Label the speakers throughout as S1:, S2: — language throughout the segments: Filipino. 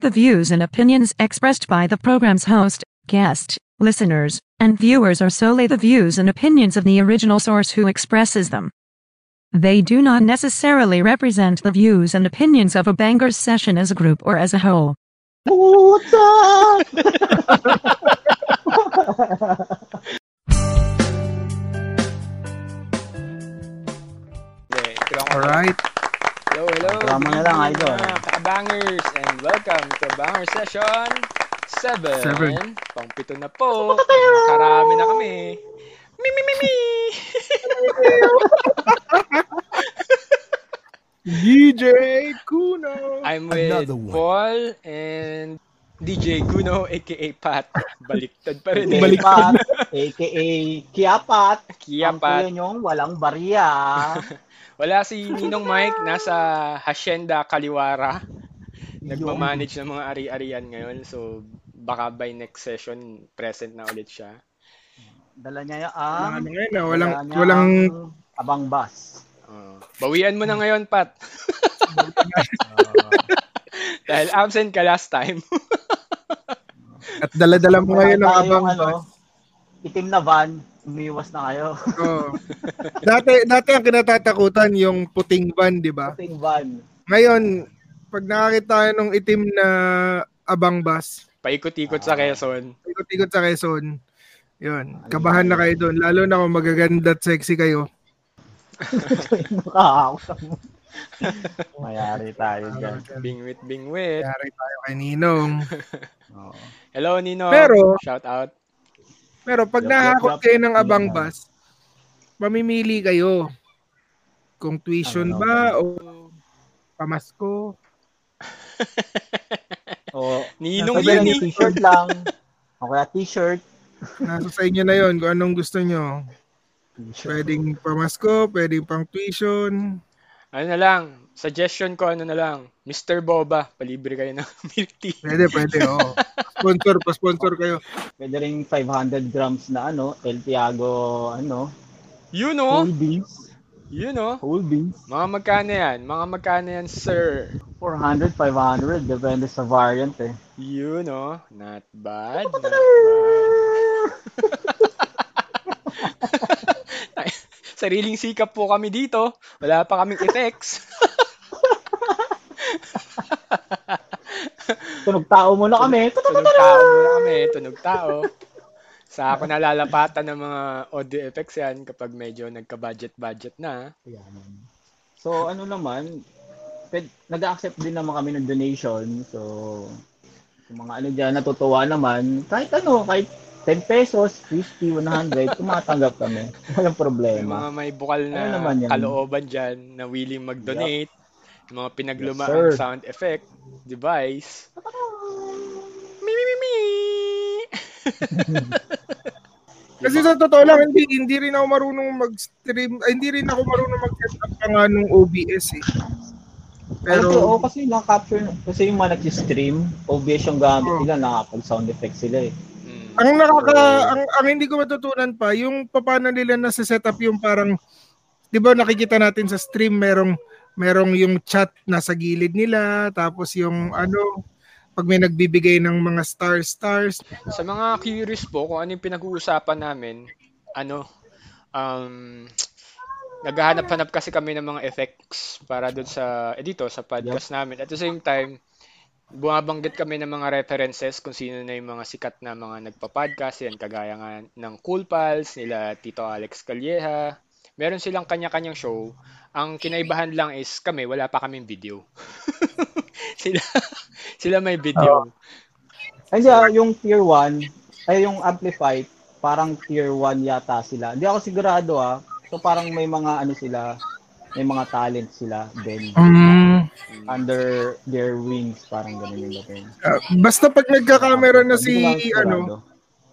S1: The views and opinions expressed by the program's host, guest, listeners, and viewers are solely the views and opinions of the original source who expresses them. They do not necessarily represent the views and opinions of a bangers session as a group or as a whole.
S2: Puta!
S3: Okay, kailangan ko-
S4: Alright.
S3: Hello, hello.
S2: Drama na lang,
S3: Good evening,
S2: idol.
S3: mga Kabangers, and welcome to Banger Session 7.
S4: Seven.
S3: Pang pito na po. Karami na kami. Mi, mi, mi, mi.
S4: DJ Kuno.
S3: I'm with
S5: Another one.
S3: Paul and DJ Guno, aka Pat. Baliktad pa rin eh.
S2: Baliktad. AKA Kiapat.
S3: Kia
S2: Ang
S3: Pat.
S2: kuya niyong walang barya.
S3: Wala si Ninong Mike, nasa Hacienda Kaliwara. Nagmamanage ng mga ari-arian ngayon. So, baka by next session, present na ulit siya.
S2: Dala niya yung
S4: Ang
S2: ang...
S4: ano ngayon ah, walang,
S2: dala niya
S4: walang,
S2: ang Abang bus.
S3: Oo. Ah. bawian mo na ngayon, Pat. Dahil absent ka last time.
S4: at dala-dala mo ngayon ang
S2: Wala tayong,
S4: abang.
S2: ano, Itim na van. Umiwas na kayo.
S4: Oo. dati, dati ang kinatatakutan yung puting van, di ba?
S2: Itim van.
S4: Ngayon, pag nakakita tayo nung itim na abang bus,
S3: Paikot-ikot sa Quezon.
S4: ikot-ikot sa Quezon, yun, kabahan na kayo doon. Lalo na kung magaganda at sexy kayo.
S2: Makakausap mo. Mayari tayo dyan.
S3: Bingwit, bingwit.
S4: Yari tayo kay Ninong.
S2: Oo.
S3: Hello, Nino.
S4: Pero-
S3: Shout out.
S4: Pero pag
S2: Yup, yup,
S4: nahakot
S2: yup.
S4: kayo ng abang
S2: Yun na.
S4: bus, mamimili kayo kung tuition
S2: Ano?
S4: ba o pamasko.
S2: Oo.
S3: Ninong
S2: Sabihan
S3: yun
S2: niyo,
S3: eh.
S2: T-shirt lang. O kaya t-shirt.
S4: Nasa sa inyo na yon kung anong gusto nyo.
S2: T-shirt.
S4: Pwedeng pamasko, pwedeng pang tuition.
S3: Ano na lang, suggestion ko ano na lang, Mr. Boba, palibre kayo ng milk tea.
S4: Pwede, pwede, oo. Sponsor, pa-sponsor kayo.
S2: Pwede rin 500 grams na ano, El Tiago, ano,
S3: Yun
S2: oh?
S3: o,
S2: whole beans.
S3: yun o.
S2: Whole beans.
S3: Mga magkano yan? Mga magkano yan, sir?
S2: 400, 500, depende sa variant eh.
S3: Yun o, not bad. Not bad. Sariling sikap po kami dito. Wala pa kaming i-text.
S2: Tunog tao muna kami. Tunog
S3: Tunog tao muna kami, tunog tao. Sa ako nalalapatan ng mga audio effects yan kapag medyo nagka-budget-budget na.
S2: So ano naman, ped, nag-accept din naman kami ng donation. So, yung mga ano dyan, natutuwa naman. Kahit ano, kahit 10 pesos, 50, 100, tumatanggap kami. Walang
S3: Yung
S2: problema.
S3: mga may bukal
S2: Ano
S3: na
S2: naman yan?
S3: kalooban dyan na willing mag-donate. Yung mga pinaglumaang
S2: Yes, sir.
S3: sound effect device. Mi, mi, mi, mi!
S4: Kasi
S2: Diba?
S4: sa totoo lang, hindi, hindi rin ako marunong mag-stream, ay, hindi rin ako marunong mag-set up pa nga nung OBS eh.
S2: Pero, Alam ko, oo, Ano oh,
S4: Pero,
S2: kasi nakaka-capture, kasi yung mga nag-stream, OBS yung gamit
S4: Oo.
S2: nila, nakakapag-sound effect sila eh.
S3: Mm.
S4: ang nakaka, ang, ang hindi ko matutunan pa, yung paano nila na set up yung parang, di ba nakikita natin sa stream, merong, merong yung chat nasa gilid nila, tapos yung ano, pag may nagbibigay ng mga stars-stars,
S3: Sa mga curious po kung ano yung pinag-uusapan namin, ano, um, naghahanap-hanap kasi kami ng mga effects para doon sa, eh, dito, sa podcast namin. At the same time, bumabanggit kami ng mga references kung sino na yung mga sikat na mga nagpa-podcast, yan, kagaya nga ng Cool Pals, nila Tito Alex Calleja. Meron silang kanya-kanyang show. Ang kinaibahan lang is kami, wala pa kaming video. sila, sila may video.
S2: Hindi, ah, yung tier 1, ay yung Amplify, parang tier 1 yata sila. Hindi ako sigurado ah. So parang may mga ano sila, may mga talent sila then
S4: um,
S2: under their wings, parang ganun yung dating.
S4: Ah, basta pag nagka-camera na si
S2: Hindi ko lang
S4: ano,
S2: sigurado.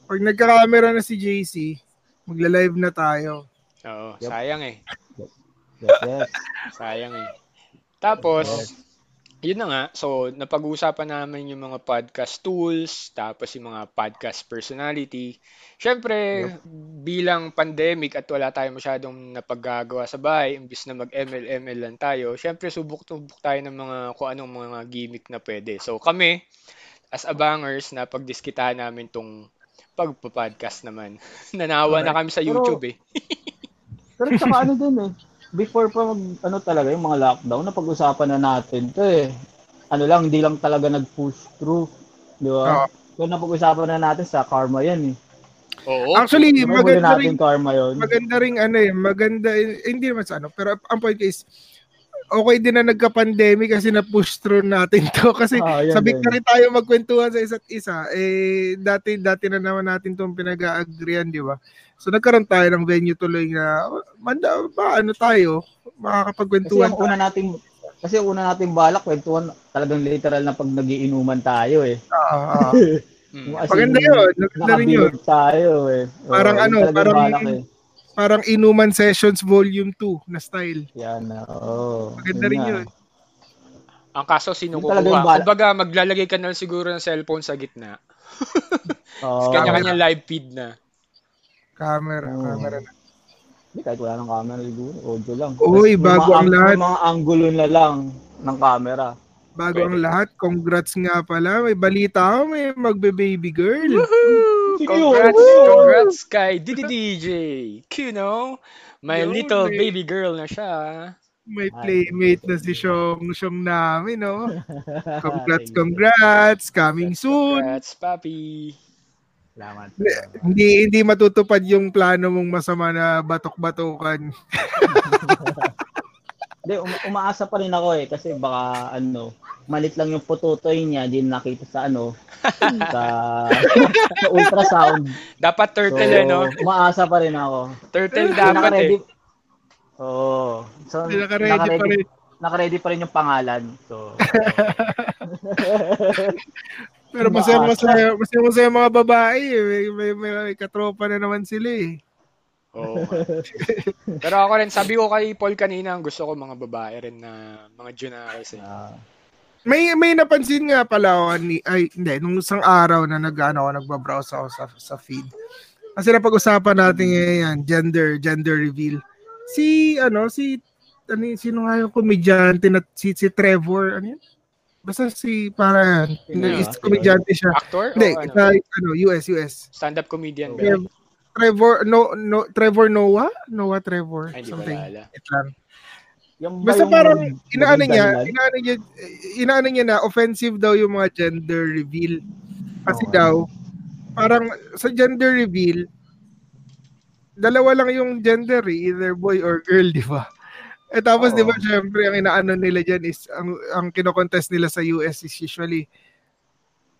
S4: pag nagka-camera na si JC, magla-live na tayo.
S3: Oo,
S2: Yep.
S3: sayang eh.
S2: Yes, yes.
S3: Sayang eh. Tapos, yun na nga, so napag-uusapan namin yung mga podcast tools, tapos yung mga podcast personality. Siyempre, bilang pandemic at wala tayong masyadong napaggagawa sa bahay, imbis na mag-ML-ML lang tayo, siyempre subok-tubok tayo ng mga kung anong mga gimmick na pwede. So kami, as abangers, napagdiskitahan namin tong pagpa-podcast naman. Nanawa na kami sa YouTube eh.
S2: Pero tsaka ano din eh, before pa mag, ano talaga yung mga lockdown, napag-usapan na natin to eh. Ano lang, hindi lang talaga nag-push through. Di
S4: Ah.
S2: ba? So napag-usapan na natin sa karma yan eh.
S3: Oo.
S4: Actually,
S2: Di ba huli
S4: maganda rin
S2: natin karma yun?
S4: maganda ring ano eh, maganda, eh, hindi naman sa ano, pero ang point ko is, okay din na nagka-pandemic kasi na-push through natin to. Kasi
S2: Ah, yun
S4: sabi
S2: din.
S4: ka rin tayo magkwentuhan sa isa't isa. Eh, dati, dati na naman natin itong pinag-aagrian, di ba? So nagkaroon tayo ng venue tuloy na, manda ba, ano tayo,
S2: Kasi
S4: makakapagkwentuhan
S2: yung una nating kasi yung una nating balak, kwentuhan, talagang literal na pag nagiinuman tayo eh.
S4: tayo. Ah, ah, ah.
S3: Mm.
S2: As in,
S4: Maganda yun, maganda rin yun.
S2: Nakabilog tayo eh. Oo,
S4: Parang
S2: yun
S4: ano,
S2: talagang
S4: parang-
S2: balak eh.
S4: Parang Inuman Sessions Volume 2 na style.
S2: Yan, ah, oo.
S4: Maganda rin
S2: na.
S4: yun.
S3: Ang kaso, sino
S2: Yun talaga yung
S3: kukuha?
S2: bala.
S3: Kumbaga, maglalagay ka na lang siguro ng cellphone sa gitna.
S2: Oo.
S3: Kanya-kanya live feed na.
S4: Camera,
S2: Oo.
S4: camera na.
S2: Hindi, kahit wala ng camera siguro, audio lang.
S4: Uy,
S2: Tapos yung
S4: bago
S2: mga
S4: ang
S2: ang-
S4: lahat.
S2: Yung mga angulo na lang ng camera.
S4: Bago
S3: Pwede.
S4: ang lahat, congrats nga pala. May balita ako, may magbe-baby girl.
S2: Sige,
S3: Congrats,
S2: oo.
S3: congrats kay DDDJ. Kuno, my
S4: Yun,
S3: little
S4: eh.
S3: baby girl na siya.
S4: May
S2: Ay.
S4: playmate na si Shong Shong namin, no?
S2: Thank
S4: Congrats,
S2: you.
S4: congrats. Coming soon.
S3: Congrats, papi.
S2: Salamat.
S4: Hindi hindi matutupad yung plano mong masama na batok-batukan.
S2: Hindi, um- umaasa pa rin ako eh kasi baka ano, malit lang yung pututoy niya, di nakita sa ano, sa, sa ultrasound.
S3: Dapat
S2: So,
S3: turtle, eh, no?
S2: umaasa pa rin ako.
S3: Turtle
S2: Hindi
S3: dapat, eh.
S2: nakaready- Oo. So,
S4: Hindi naka-ready pa rin.
S2: nakaready pa rin yung pangalan. So,
S4: Pero masaya masaya masaya masaya mga babae. eh. May, may, may, may katropa na naman sila eh.
S3: Oo nga. Pero ako rin, sabi ko kay Paul kanina, ang gusto ko mga babae rin na mga junakis, eh.
S2: ah,
S4: May may napansin nga pala ako ni ay hindi nung isang araw na nag-ano ako nagba-browse ako sa sa feed. Kasi napag-usapan natin ngayon yan, gender gender reveal. Si ano si ano yun, sino nga yung komedyante na si, si Trevor ano yun? Basta si para
S2: Sino
S4: is
S2: yun?
S4: komedyante siya.
S3: Actor? o
S4: Hindi,
S3: ano?
S4: sa, ano US US.
S3: Stand-up comedian ba?
S4: Trev- Trevor no no Trevor Noah, Noah Trevor
S3: Ay, hindi ko
S4: something.
S3: alala.
S4: Wait lang.
S2: yung ba
S4: Basta
S2: yung
S4: parang inaano
S2: magandang
S4: niya,
S2: lad?
S4: inaano niya, inaano niya na offensive daw yung mga gender reveal. Kasi
S2: Oo.
S4: daw, parang sa gender reveal, dalawa lang yung gender eh, either boy or girl, di ba? Eh tapos
S2: Oo.
S4: di ba syempre ang inaano nila diyan is ang ang kinokontest nila sa US is usually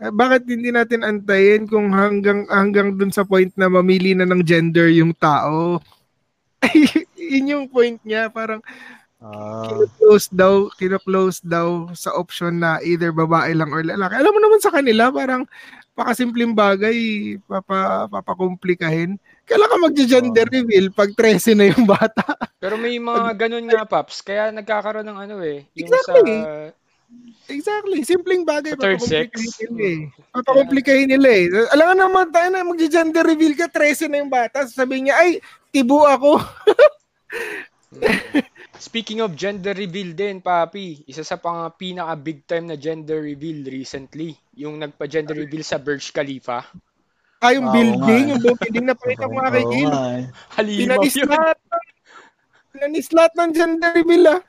S4: eh, bakit hindi natin antayin kung hanggang hanggang dun sa point na mamili na ng gender yung tao? Yun yung point niya, parang
S2: Ah,
S4: kino-close daw, kino-close daw sa option na either babae lang or lalaki. Alam mo naman sa kanila, parang pakasimpleng bagay, papa, papakomplikahin. Kailan ka mag-gender
S2: Oo.
S4: reveal pag 13 na yung bata?
S3: Pero may mga ganun nga, Paps. Kaya nagkakaroon ng ano, eh. Yung
S4: Exactly.
S3: sa
S4: exactly, simpleng bagay.
S3: Sa third sex.
S4: papakomplikahin nila eh. Papakomplikahin nila eh. Alam ka naman tayo na mag-gender reveal ka, 13 na yung bata. Sabihin niya, ay, tibo ako.
S3: Speaking of gender reveal din, papi, isa sa pang pinaka big time na gender reveal recently, yung nagpa-gender reveal sa Burj Khalifa.
S4: Ay, yung
S2: Ah, oo
S4: building,
S2: nga eh.
S4: yung building na pakita ko nga kay
S2: oo
S4: Gil.
S2: nga eh.
S3: Halima
S4: Pinanis
S3: yun.
S4: lahat. Pinanis lahat ng gender reveal ah.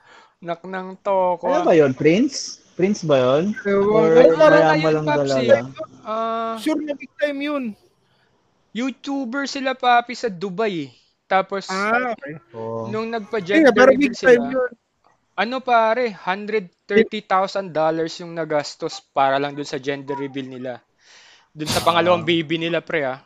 S3: Naknang toko.
S2: Ano ba yun? Prince? Prince ba yun? Or
S4: Ewan ko.
S3: parang
S2: mayama
S3: ayun,
S2: lang
S3: Paps,
S2: talaga?
S3: Ah,
S4: Sure na big time yun.
S3: YouTuber sila, papi, sa Dubai. eh. Tapos,
S4: Ah, okay.
S2: Oo.
S3: nung
S4: Kaya,
S3: nagpa-gender
S4: pero big
S3: reveal
S4: time
S3: sila,
S4: yun.
S3: ano pare, $130,000 yung nagastos para lang dun sa gender reveal nila. Dun sa pangalawang
S2: Ah.
S3: baby nila, pre, ah.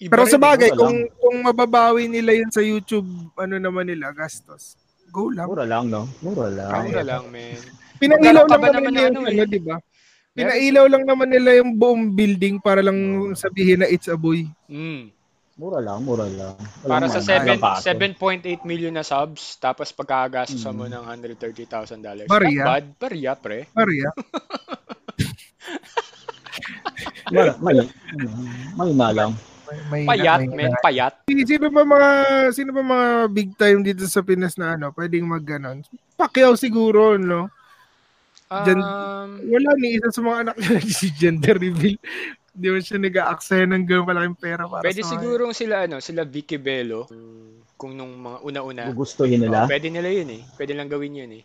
S3: Iba
S4: Pero
S3: rin,
S4: sa
S3: eh.
S4: bagay,
S2: wala
S4: kung, kung mababawi nila yun sa YouTube, ano naman nila, gastos. Go lang.
S2: Mura lang, no? Mura
S4: oh.
S2: lang.
S3: Ako na lang, men.
S4: Pinailaw
S3: Magkaroon pa ba
S4: lang naman
S3: naman
S4: nila
S3: ng
S4: yung,
S3: ano eh?
S4: ano, di ba? Pinailaw lang naman nila yung buong building para lang sabihin na it's a boy.
S3: Mm.
S6: Mura lang, mura lang.
S4: Oh
S6: Wala
S3: Para sa
S6: naman,
S3: 7
S6: wala pa ako.
S3: 7.8 million na subs, tapos pagkagasos sa mo ng $130,000.
S4: Mm. Barya.
S3: Not bad. Barya, pre.
S4: Maria.
S6: Mura, may, may malang.
S4: May, may,
S3: Payat,
S4: may-
S3: men. Payat.
S4: Sino ba mga sino ba mga big time dito sa Pinas na ano, pwedeng magganon? Pacquiao siguro, no? Dyan-
S3: Um,
S4: Wala ni isa sa mga anak niya si gender reveal. Hindi mo siya nag-aaksaya ng gano'ng malaking pera para
S3: pwede
S4: sa mga-
S3: sigurong sila, ano, sila Vicky Bello. Kung nung mga una-una.
S6: Gugustuhin nila.
S3: Oh, pwede nila yun eh. Pwede lang gawin yun eh.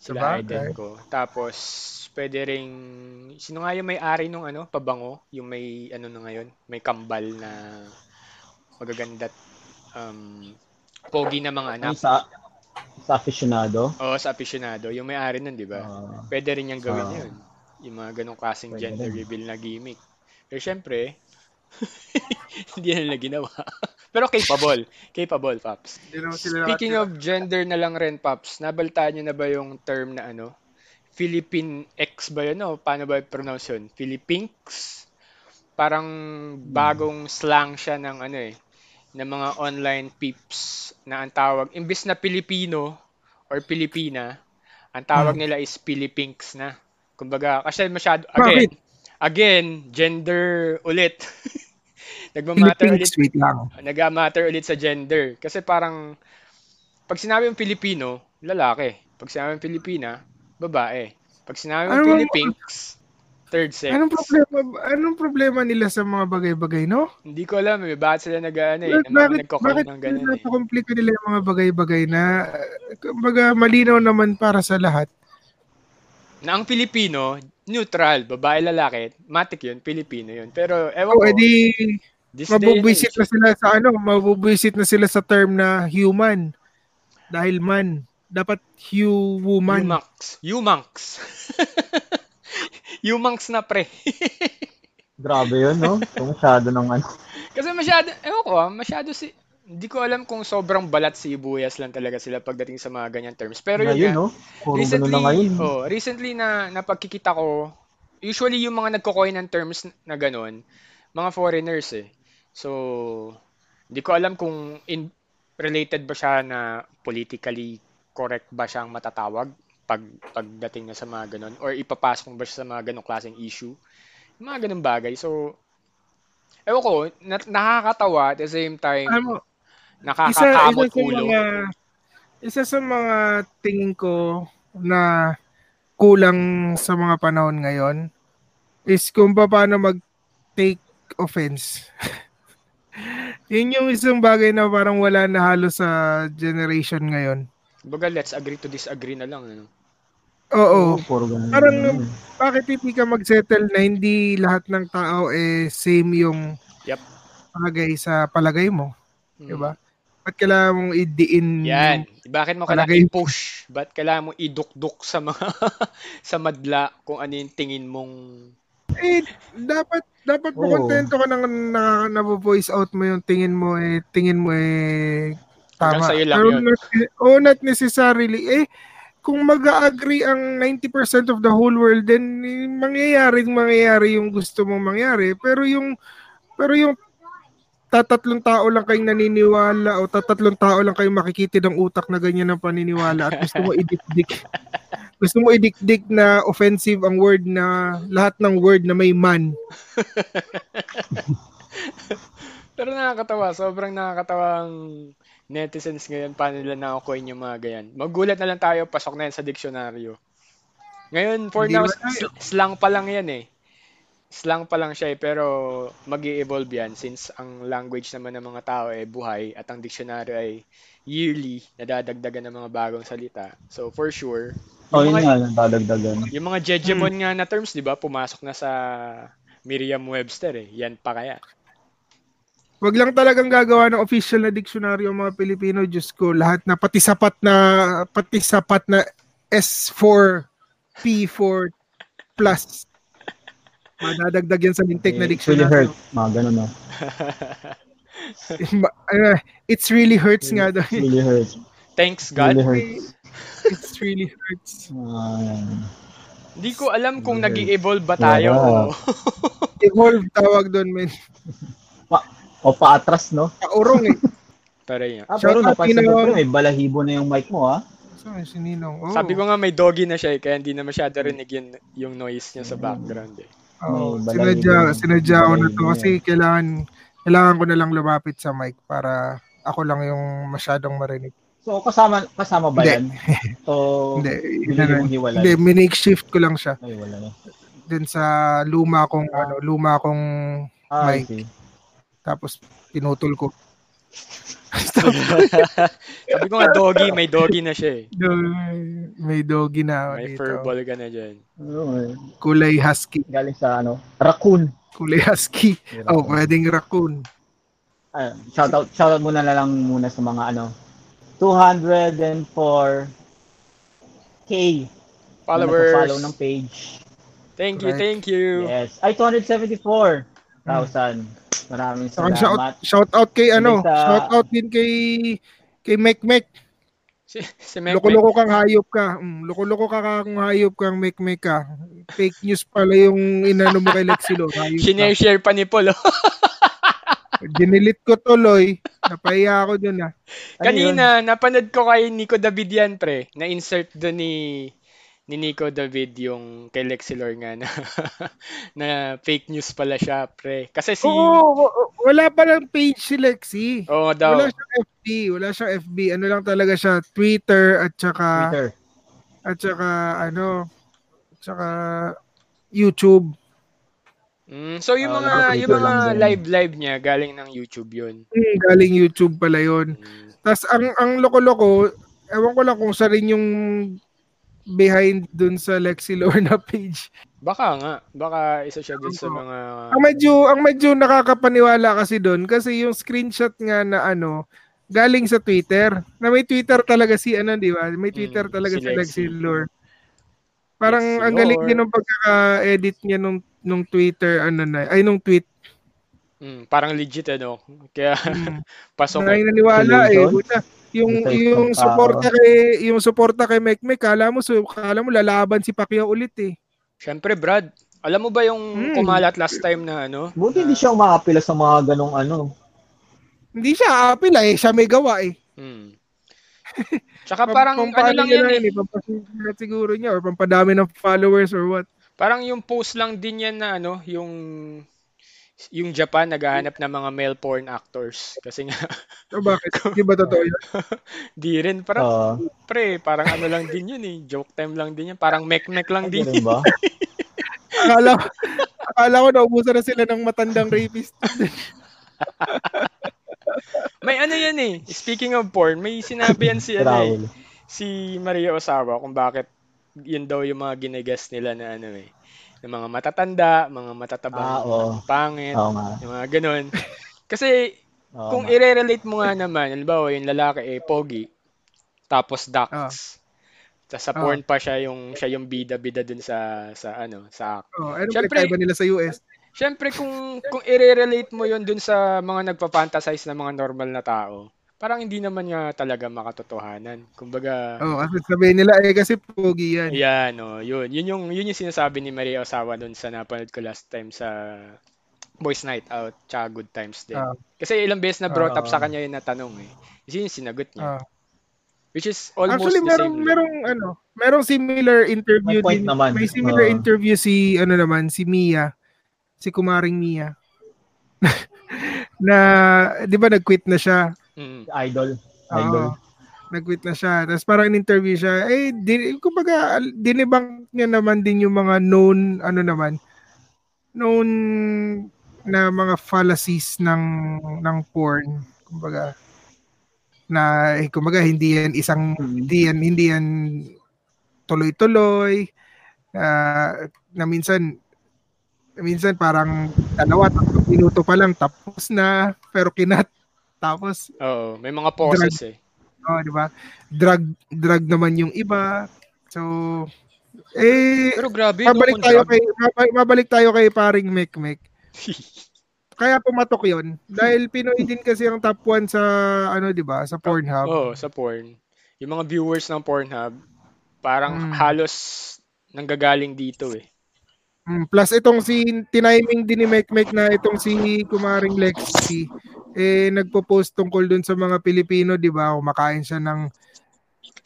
S3: Sila
S4: Sabagay.
S3: item ko. Tapos, pwede ring... Sino nga yung may-ari nung ano, pabango? Yung may, ano na ngayon, may kambal na magaganda't um, pogi na mga anak.
S6: Yung sa, sa aficionado.
S3: Oo, sa aficionado. Yung may-ari nun, di ba?
S6: ah,
S3: Pwede rin niyang gawin
S6: Ah.
S3: yun. Yung mga ganong klaseng
S6: Pwede
S3: gender
S6: rin.
S3: reveal na gimmick. Pero syempre, hindi na nila ginawa. Pero capable. Capable, Paps.
S4: Hindi naman sila
S3: Speaking of
S4: nakatira.
S3: gender na lang rin, Paps, nabalitaan nyo na ba yung term na ano? Philippine X ba yun? No? Paano ba pronounce yun? Philippinx? Parang bagong slang siya ng ano eh, ng mga online peeps na ang tawag. Imbis na Pilipino or Pilipina, ang tawag nila is Philippinx na. Kumbaga, kasi masyado, again,
S4: Hmm. Bakit?
S3: again, gender ulit. Nagmamatter ulit
S4: Philippines, wait lang.
S3: nagamatter ulit sa gender. Kasi parang, pag sinabi yung Filipino, lalaki. Pag sinabi yung Pilipina, babae. Pag sinabi yung
S4: Ano ba-
S3: Philippines, third sex.
S4: Anong problema anong problema nila sa mga bagay-bagay, no?
S3: Hindi ko alam eh, bakit sila nag ano eh,
S4: Bakit-
S3: naman
S4: bakit
S3: nagkakaroon
S4: bakit
S3: ng ganun eh.
S4: napakomplika nila yung mga bagay-bagay na uh, kumbaga malinaw naman para sa lahat.
S3: Na ang Pilipino, neutral, babae, lalaki, matik yun, Pilipino yun. Pero, ewan
S4: O
S3: ko,
S4: Oh, edi
S3: this day and
S4: mabubwisit
S3: age,
S4: na sila sa ano, mabubwisit na sila sa term na human. Dahil man, dapat human.
S3: Humanx. Humanx. Humanx na pre.
S6: grabe yun, no? So, masyado ng ano.
S3: Kasi masyado, ewan ko ah, masyado si, hindi ko alam kung sobrang balat si Ibuyas lang talaga sila pagdating sa mga ganyan terms. Pero yun
S6: ngayon,
S3: nga,
S6: no? Puro ganun
S3: recently,
S6: na ngayon.
S3: oh, recently na napagkikita ko, usually yung mga nagko-coin ng terms na ganun, mga foreigners eh. So, hindi ko alam kung in, related ba siya na politically correct ba siyang matatawag pag pagdating na sa mga ganun or ipapasok mo ba siya sa mga ganung klaseng issue. Yung mga ganung bagay. So, ewan ko, na, nakakatawa at the same time,
S4: Alam mo, Um, isa, isa
S3: nakakakamot
S4: sa
S3: ulo.
S4: mga isa sa mga tingin ko na kulang sa mga panahon ngayon is kung paano mag take offense. Yun yung isang bagay na parang wala na halos sa generation ngayon.
S3: Baga, let's agree to disagree na lang. Ano?
S4: Oo.
S6: puro ganun.
S4: Parang,
S6: na ngayon.
S4: Bakit hindi ka mag-settle na hindi lahat ng tao eh same yung
S3: Yep.
S4: palagay sa palagay mo,
S3: Mm.
S4: 'di ba? Ba't kailangan mong idiin
S3: Yan. Bakit mo kailangan
S4: Palagay-
S3: i-push? Ba't kailangan mo idukduk sa mga sa madla kung ano yung tingin mong
S4: eh, dapat dapat mo
S6: Oo.
S4: kontento ka nang na, na, voice out mo yung tingin mo eh tingin mo eh tama.
S3: Hanggang sa'yo lang yun.
S4: not, oh, not necessarily eh kung mag-agree ang 90% of the whole world then eh, mangyayari mangyayari yung gusto mong mangyari pero yung pero yung tatatlong tao lang kayong naniniwala o tatatlong tao lang kayong makikitid ang utak na ganyan ang paniniwala at gusto mo idikdik gusto mo idikdik na offensive ang word na lahat ng word na may man
S3: Pero nakakatawa, sobrang nakakatawang netizens ngayon paano nila na-coin yung mga ganyan. Magulat na lang tayo, pasok na yan sa diksyonaryo. Ngayon, for
S4: Hindi
S3: now,
S4: ba tayo?
S3: sl- slang pa lang yan eh. Slang pa lang siya eh, pero mag evolve yan since ang language naman ng mga tao ay buhay at ang diksyonaryo ay yearly nadadagdagan ng mga bagong salita. So for sure,
S6: Oh,
S3: yung
S6: yun
S3: mga-
S6: nga, dadagdagan.
S3: Yung mga Jejemon
S6: Hmm.
S3: nga na terms, di ba, pumasok na sa Merriam-Webster eh. Yan pa kaya.
S4: Wag lang talagang gagawa ng official na diksyonaryo ang mga Pilipino, Diyos ko. Lahat na pati sapat na pati sapat na S4 P4 plus. Madadagdag yan sa lintik na
S6: Eh, it's really hurt.
S4: diksyonaryo.
S6: Mga ganun, no?
S4: Ma- ano, It's really hurts nga daw.
S6: It's really hurt.
S3: Thanks
S6: It's really
S3: God.
S6: hurt.
S4: It's really hurts.
S6: Ah, yan.
S3: Hindi ko alam kung
S6: Really
S3: nag evolve ba tayo.
S6: Yeah.
S3: o-
S4: Evolve tawag doon, men.
S6: O paatras, no?
S4: Kaurong eh.
S3: Paray nga.
S6: Ah,
S4: Shout
S6: pero
S4: out,
S6: napansin
S4: Ninong.
S6: ko pre, may balahibo na yung mic mo, ah. ha?
S4: Saan si Ninong? Oh.
S3: Sabi ko nga may doggy na siya eh, kaya hindi na masyado rinig yun, yung noise niya sa
S6: Hmm.
S3: background eh.
S4: Oh,
S6: May balay
S4: sinadya,
S6: din.
S4: sinadya ko na to
S6: Balay
S4: kasi kailangan, kailangan ko na lang lumapit sa mic para ako lang yung masyadong marinig.
S6: So, kasama kasama ba yan?
S4: Hindi.
S6: So,
S4: Hindi, yun
S6: binili
S4: na-
S6: mong hiwalay.
S4: Hindi, minake shift ko lang siya
S6: Ay, wala na.
S4: dun sa luma kong, ano, luma kong,
S6: Ah, I
S4: Mic.
S6: see.
S4: tapos pinutol ko.
S3: Sabi ko nga doggy, may doggy na siya eh.
S4: May doggy na ako
S3: May
S4: dito.
S3: furball ka na dyan.
S6: Ano, eh,
S4: Kulay husky.
S6: Galing sa, ano, raccoon.
S4: Kulay husky. Oh, pwedeng raccoon.
S6: Ah, shoutout, shoutout muna na lang muna sa mga ano 204k
S3: Followers.
S6: follow ng page.
S3: Thank you,
S4: Right.
S3: thank you.
S6: Yes. Ay 274,000. Maraming
S4: Saka shout,
S6: salamat.
S4: shout out kay ano,
S6: Galing sa-
S4: shout out din kay kay Mek Mek.
S3: Si, si Mekmek.
S4: Loko-loko kang hayop ka. Mm, loko-loko ka kang hayop kang Mek Mek ka. Fake news pala yung inano mo kay Lexilo. Hayop ka.
S3: Sineshare pa ni Paul. oh.
S4: Dinilit ko tuloy. Napahiya ako dun ah.
S6: Ano yun?
S3: Kanina, napanood ko kay Nico David yan, pre. Na-insert doon ni, ni Nico David yung kay Lexilor nga na, na fake news pala siya, pre. Kasi si...
S4: Oo, oo, oo. wala palang page si Lexi.
S3: Oo nga daw.
S4: Wala siyang FB, wala siyang FB. Ano lang talaga siya, Twitter at saka
S6: Twitter.
S4: at saka ano at saka YouTube.
S3: Mm, so
S6: Ah,
S3: yung mga
S6: nakapito
S3: yung mga
S6: lang din.
S3: live-live niya galing ng YouTube yun.
S4: Hmm, galing YouTube pala 'yon.
S3: Mm.
S4: Tapos ang ang loko-loko, ewan ko lang kung sa rin yung behind dun sa Lexi Lorna page.
S3: Baka nga, baka isa siya dun sa
S4: Oo.
S3: mga
S4: Ang medyo ang medyo nakakapaniwala kasi doon kasi yung screenshot nga na ano galing sa Twitter. Na may Twitter talaga si ano, di ba? May Twitter
S3: Mm,
S4: talaga
S3: si
S4: si
S3: Lexi.
S4: Lexi Lor. Parang
S3: Lexi
S4: ang galing
S3: Lor.
S4: din ng pagkaka-edit niya nung nung Twitter ano na ay nung tweet.
S3: mm, parang legit ano. Kaya
S4: Mm.
S3: pasok.
S4: Ay, naniwala
S6: Si
S4: eh.
S6: Lincoln?
S4: Buta. Yung
S6: Yung
S4: yung
S6: type ng
S4: suporta kay yung suporta kay Mike Mike, kala mo so, kala mo lalaban si Pacquiao ulit eh.
S3: Syempre, Brad, alam mo ba yung
S4: Mm.
S3: kumalat last time na ano?
S6: Buti hindi siya umaapila sa mga ganong ano.
S4: Hindi siya apil eh, siya may gawa eh.
S3: Mm. Tsaka parang ano lang
S4: niya
S3: yan eh.
S4: eh, pampasigat siguro niya or pampadami ng followers or what.
S3: Parang yung post lang din yan na ano, yung yung Japan naghahanap ng mga male porn actors kasi nga
S4: O bakit? Di ba totoo yun?
S3: di rin parang
S6: Ah,
S3: pre parang ano lang din yun eh joke time lang din yan parang mek-mek lang
S6: hindi
S3: din
S6: rin ba?
S4: Akala, akala ko naubusan na sila ng matandang rapist.
S3: May ano yan eh. Speaking of porn, may sinabi yan si, ano, eh,
S6: Travel.
S3: si Maria Osawa kung bakit yun daw yung mga ginagast nila na ano eh. Ng mga matatanda, mga
S6: Ah,
S3: matatabang,
S6: oo.
S3: pangit,
S6: Oo nga.
S3: yung mga ganun. Kasi
S6: Oo
S3: kung
S6: nga.
S3: i-relate mo nga naman, halimbawa yung lalaki eh, pogi, tapos ducks. Tapos sa
S4: Ah.
S3: porn pa siya yung siya yung bida-bida dun sa sa ano, sa act.
S4: Oh, ano
S3: Siyempre-
S4: pinagkaiba nila sa US?
S3: Siyempre kung kung i-relate mo 'yon dun sa mga nagpa-fantasize na mga normal na tao, parang hindi naman nga talaga makatotohanan. Kumbaga,
S4: Oh, kasi sabihin nila eh kasi pogi yan.
S3: yan oh, yun. Yun yung yun yung sinasabi ni Maria Osawa dun sa napanood ko last time sa Boys Night Out, tsaka Good Times din.
S4: Ah.
S3: Kasi ilang beses na brought up sa
S6: Ah.
S3: kanya yun na tanong eh. Yun yung sinagot niya.
S4: Ah.
S3: Which is almost
S4: Actually,
S3: the
S4: merong
S3: same.
S4: merong ano, merong similar interview
S6: May point
S4: din.
S6: naman.
S4: May similar
S6: Oo.
S4: interview si ano naman, si Mia, si kumaring Mia. na 'di ba nag-quit na siya?
S3: Mm.
S6: Idol.
S4: Ah.
S6: Idol.
S4: Oo. nag-quit na siya. Tapos parang in-interview siya, eh, din, kumbaga, al- dinibang niya naman din yung mga known, ano naman, known na mga fallacies ng, ng porn. Kumbaga, na, eh, kumbaga, hindi yan isang,
S6: Hmm.
S4: hindi yan, hindi yan tuloy-tuloy, ah, na minsan, minsan parang dalawa, tatlong minuto pa lang, tapos na, pero kinat. Tapos,
S3: Oo, may mga pauses eh.
S4: Oh, di ba? Drug drug naman yung iba. So eh
S3: Pero grabe, no,
S4: mabalik
S3: kung
S4: tayo
S3: drug-
S4: kay mab- mabalik tayo kay paring Mekmek. Kaya pumatok 'yon dahil Pinoy din kasi ang top 1 sa ano, di ba? Sa Pornhub.
S3: Oo, sa porn. Yung mga viewers ng Pornhub, parang
S4: Mm.
S3: halos nanggagaling dito eh.
S4: Mm, plus itong si tiniming din ni Mike Mike na itong si Kumaring Lexi eh nagpo-post tungkol dun sa mga Pilipino, 'di ba? Kumakain siya ng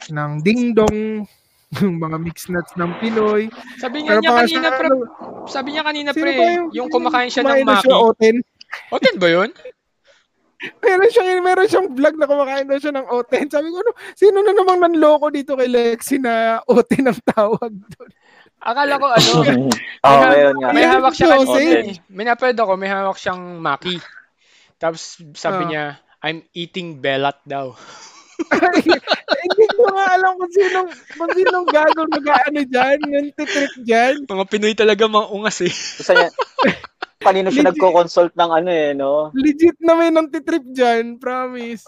S4: ng dingdong, yung mga mixed nuts ng Pinoy.
S3: Sabi nga niya
S4: baka
S3: kanina,
S4: sa-
S3: pre,
S4: ano,
S3: sabi niya kanina,
S4: Sino
S3: pre,
S4: ba
S3: yung,
S4: yung-
S3: kumakain siya ng
S4: kumain na
S3: maki.
S4: oten.
S3: Oten ba yun?
S4: Meron siya, meron siyang vlog na kumakain daw siya ng oten. Sabi ko, ano, sino na namang nanloko dito kay Lexi na oten ang tawag doon?
S3: Akala ko ano,
S5: Oo,
S3: May-
S5: ngayon nga.
S3: may
S4: Ayan,
S3: hawak siya kanina.
S5: sausage.
S3: eh. May napanood ako, may hawak siyang maki. Tapos sabi
S4: Ah.
S3: niya, I'm eating belat daw.
S4: Hindi ko nga alam kung sinong, kung sinong gago nag-ano dyan, nantitrick dyan.
S3: Mga Pinoy talaga mga ungas eh.
S5: Gusto niya, kanino siya
S4: Legit.
S5: nagko-consult ng ano eh, no?
S4: Legit na may nantitrip dyan, promise.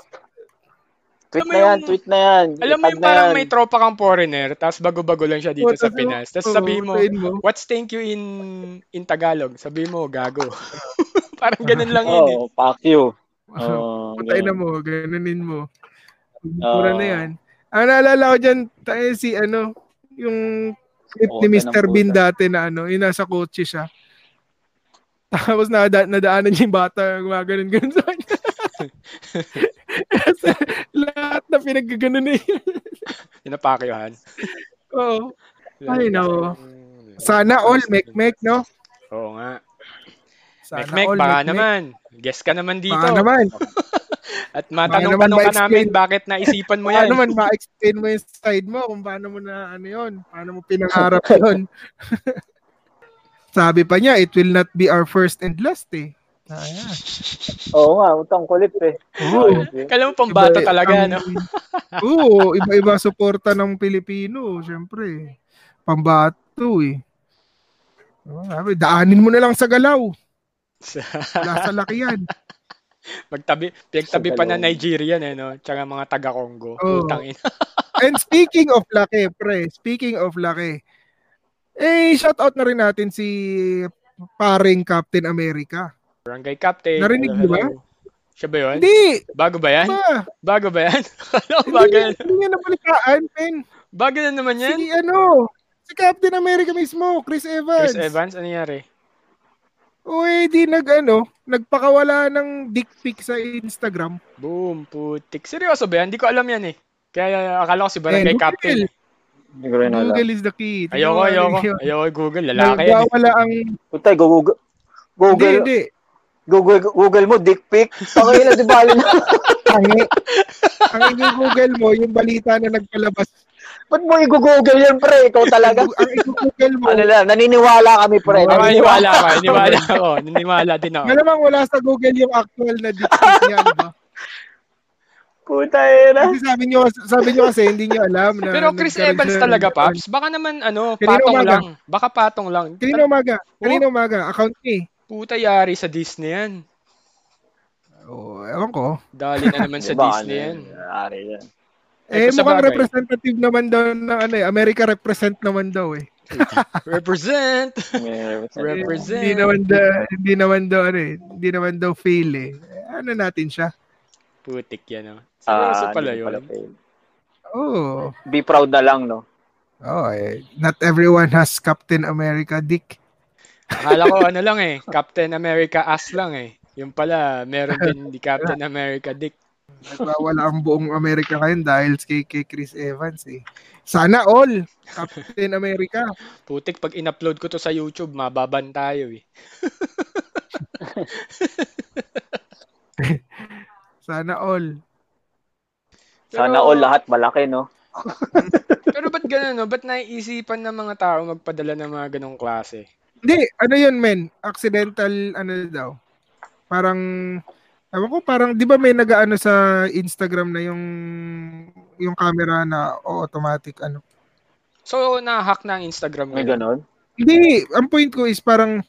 S5: Tweet
S3: Alam mo
S5: na yan,
S3: yung-
S5: tweet na yan.
S3: Alam mo
S5: Itag
S3: yung
S5: na
S3: parang
S5: yan.
S3: may tropa kang foreigner, tapos bago-bago lang siya dito
S4: Oh,
S3: sa
S4: tas-
S3: Pinas. Tapos
S4: oh,
S3: sabihin mo,
S4: sabihin mo.
S3: what's thank you in in Tagalog? Sabihin mo, gago. parang ganun lang yun eh.
S5: Oo, fuck you.
S3: "Oh,
S5: Oo,
S4: Putay
S5: ganun.
S4: na mo, ganunin mo.
S5: Oo.
S3: Ah.
S4: Mura na yan. Ang naalala ko dyan, tayo si ano, yung clip ni
S5: Puta ng
S4: Mr. Bean
S5: puta.
S4: dati na ano, yung nasa kotse siya. Tapos nada, nadaanan niya yung bata, gumaganon ganun sa kanya. Kasi lahat na pinaggaganon na yun.
S3: eh. Pinapakihan.
S4: Oo. Ay, nako. Sana all, mek-mek, no?
S3: Oo nga.
S4: Sana
S3: Mek-mek,
S4: all,
S3: baka
S4: mek-mek.
S3: naman. Guess ka naman dito.
S4: Baka naman.
S3: At matanong
S4: naman
S3: tanong ka
S4: ma-explain.
S3: namin bakit naisipan mo
S4: Baka
S3: yan.
S4: naman, ma-explain mo yung side mo kung paano mo na ano yun, paano mo pinangarap yun. Sabi pa niya, it will not be our first and last eh. Ayan.
S5: Oo nga, utang kulit eh.
S4: Oo.
S3: Kala mo pang bata
S4: Iba-
S3: talaga,
S4: ang-
S3: no?
S4: Oo, iba-iba suporta ng Pilipino, syempre. Pambato eh. Oo, Sabi, daanin mo na lang sa galaw. Wala sa laki yan.
S3: Magtabi, pinagtabi pa na
S5: Sugalong.
S3: Nigerian, eh, no? Tsaka mga taga-Congo.
S4: Oo.
S3: Putang ina.
S4: And speaking of laki, pre, speaking of laki, eh, shout out na rin natin si paring Captain America.
S3: Barangay Captain.
S4: Narinig
S3: hello,
S4: mo ba?
S3: hello. Siya ba yun?
S4: Hindi,
S3: Bago ba yan?
S4: pa.
S3: Bago ba yan? Kala ko bago
S4: Hindi,
S3: yan.
S4: hindi niya nabalitaan, Pen.
S3: Bago na naman yan?
S4: Si ano, si Captain America mismo, Chris Evans.
S3: Chris Evans, ano nangyari?
S4: Uy, di nag ano, nagpakawala ng dick pic sa Instagram.
S3: Boom, putik. Seryoso ba yan? Hindi ko alam yan eh. Kaya akala ko si Barangay
S4: Eh,
S3: Captain. eh.
S5: Hindi ko rin alam.
S4: Google is the key. Tingnan
S3: Ayoko,
S4: mo ano
S3: ayoko.
S4: yun.
S3: Ayoko, Google. Lalaki yan. eh.
S4: Nagpakawala ang,
S5: Putay, Google.
S4: hindi,
S5: Google,
S4: hindi.
S5: Google, Google mo, dick pic. Pakailan, di ba? alam na.
S4: Tangi. ang i-google mo, yung balita na nagpalabas.
S5: Ba't mo i-google yan, pre? Ikaw talaga.
S4: Ang i-google mo,
S5: Ano lang, naniniwala kami, pre.
S3: Baka
S5: Naniniwala.
S3: Niniwala ka. Niniwala ako. Niniwala din ako.
S4: malamang wala sa Google yung actual na dick pic niya, di ba?
S5: Putay eh, na.
S4: Kasi sabi niyo, sabi niyo kasi hindi niyo alam na
S3: Pero Chris
S4: nagkaroon
S3: Evans
S4: siya ng-
S3: talaga, Paps. Baka naman, ano,
S4: Kanina
S3: patong
S4: umaga.
S3: lang. Baka patong lang.
S4: Kanina umaga, kanina
S3: Oh.
S4: umaga, account ni.
S3: Puta yari sa Disney yan.
S4: Oh, ewan ko.
S3: Dali na naman sa
S5: Diba,
S3: Disney yan.
S5: ano, Ari yan.
S4: Eh,
S3: Ito sa
S4: mukhang
S3: bagay.
S4: representative naman daw ng ano eh. America represent naman daw eh.
S3: Represent!
S5: May-
S4: Eh,
S3: Represent!
S4: Hindi naman daw, hindi naman daw ano eh. Hindi naman daw fail eh. Eh, Ano natin siya?
S3: Putik yan, oh. Seryoso
S5: Ah,
S3: pala
S5: hindi
S3: yun.
S5: pala fail.
S4: Oh.
S5: Be proud na lang, no?
S4: Oh, eh. Not everyone has Captain America dick.
S3: Akala ko ano lang eh, Captain America ass lang eh. Yung pala, meron din di Captain America dick.
S4: Wala ang buong America ngayon dahil kay, kay Chris Evans eh. Sana all Captain America.
S3: Putik, pag in-upload ko to sa YouTube, mababan tayo eh.
S4: Sana all.
S5: Sana all ah. lahat malaki, no?
S3: Pero ba't ganun, no? Ba't naiisipan ng mga tao magpadala ng mga ganong klase?
S4: Hindi, ano yun men? Accidental ano daw. Parang Ewan ko, parang, di ba may nagaano sa Instagram na yung yung camera na automatic, ano?
S3: So, na-hack na ang Instagram
S5: May
S3: ngayon.
S5: ganon.
S4: Hindi, ang point ko is parang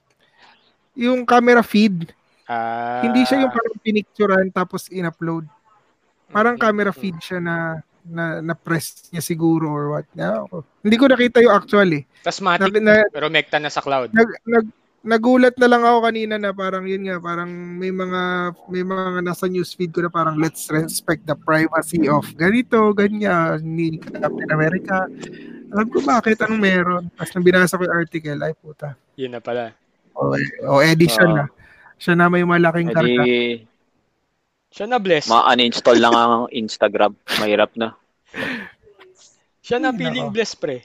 S4: yung camera feed,
S3: Ah,
S4: hindi siya yung parang pinicturean tapos in-upload. Parang
S3: Mm-hmm.
S4: camera feed siya na na, na press niya siguro or what. Yeah, ako. Hindi ko nakita yung eh. actually.
S3: Tapos
S4: Na,
S3: matik,
S4: na,
S3: pero mekta na sa cloud.
S4: nag, nag, nagulat na lang ako kanina na parang yun nga, parang may mga may mga nasa news feed ko na parang let's respect the privacy of ganito, ganyan, ni Captain America. Alam ko bakit, anong meron. Tapos nang binasa ko yung article, ay puta.
S3: Yun na pala.
S4: O, o edition
S2: Oo.
S4: na. Siya na may
S2: Eh,
S4: malaking karga.
S2: Hindi,
S3: Siya na bless.
S2: ma-uninstall lang ang Instagram. Mahirap na.
S3: Siya na
S4: Ay,
S3: feeling
S4: nako.
S3: bless pre.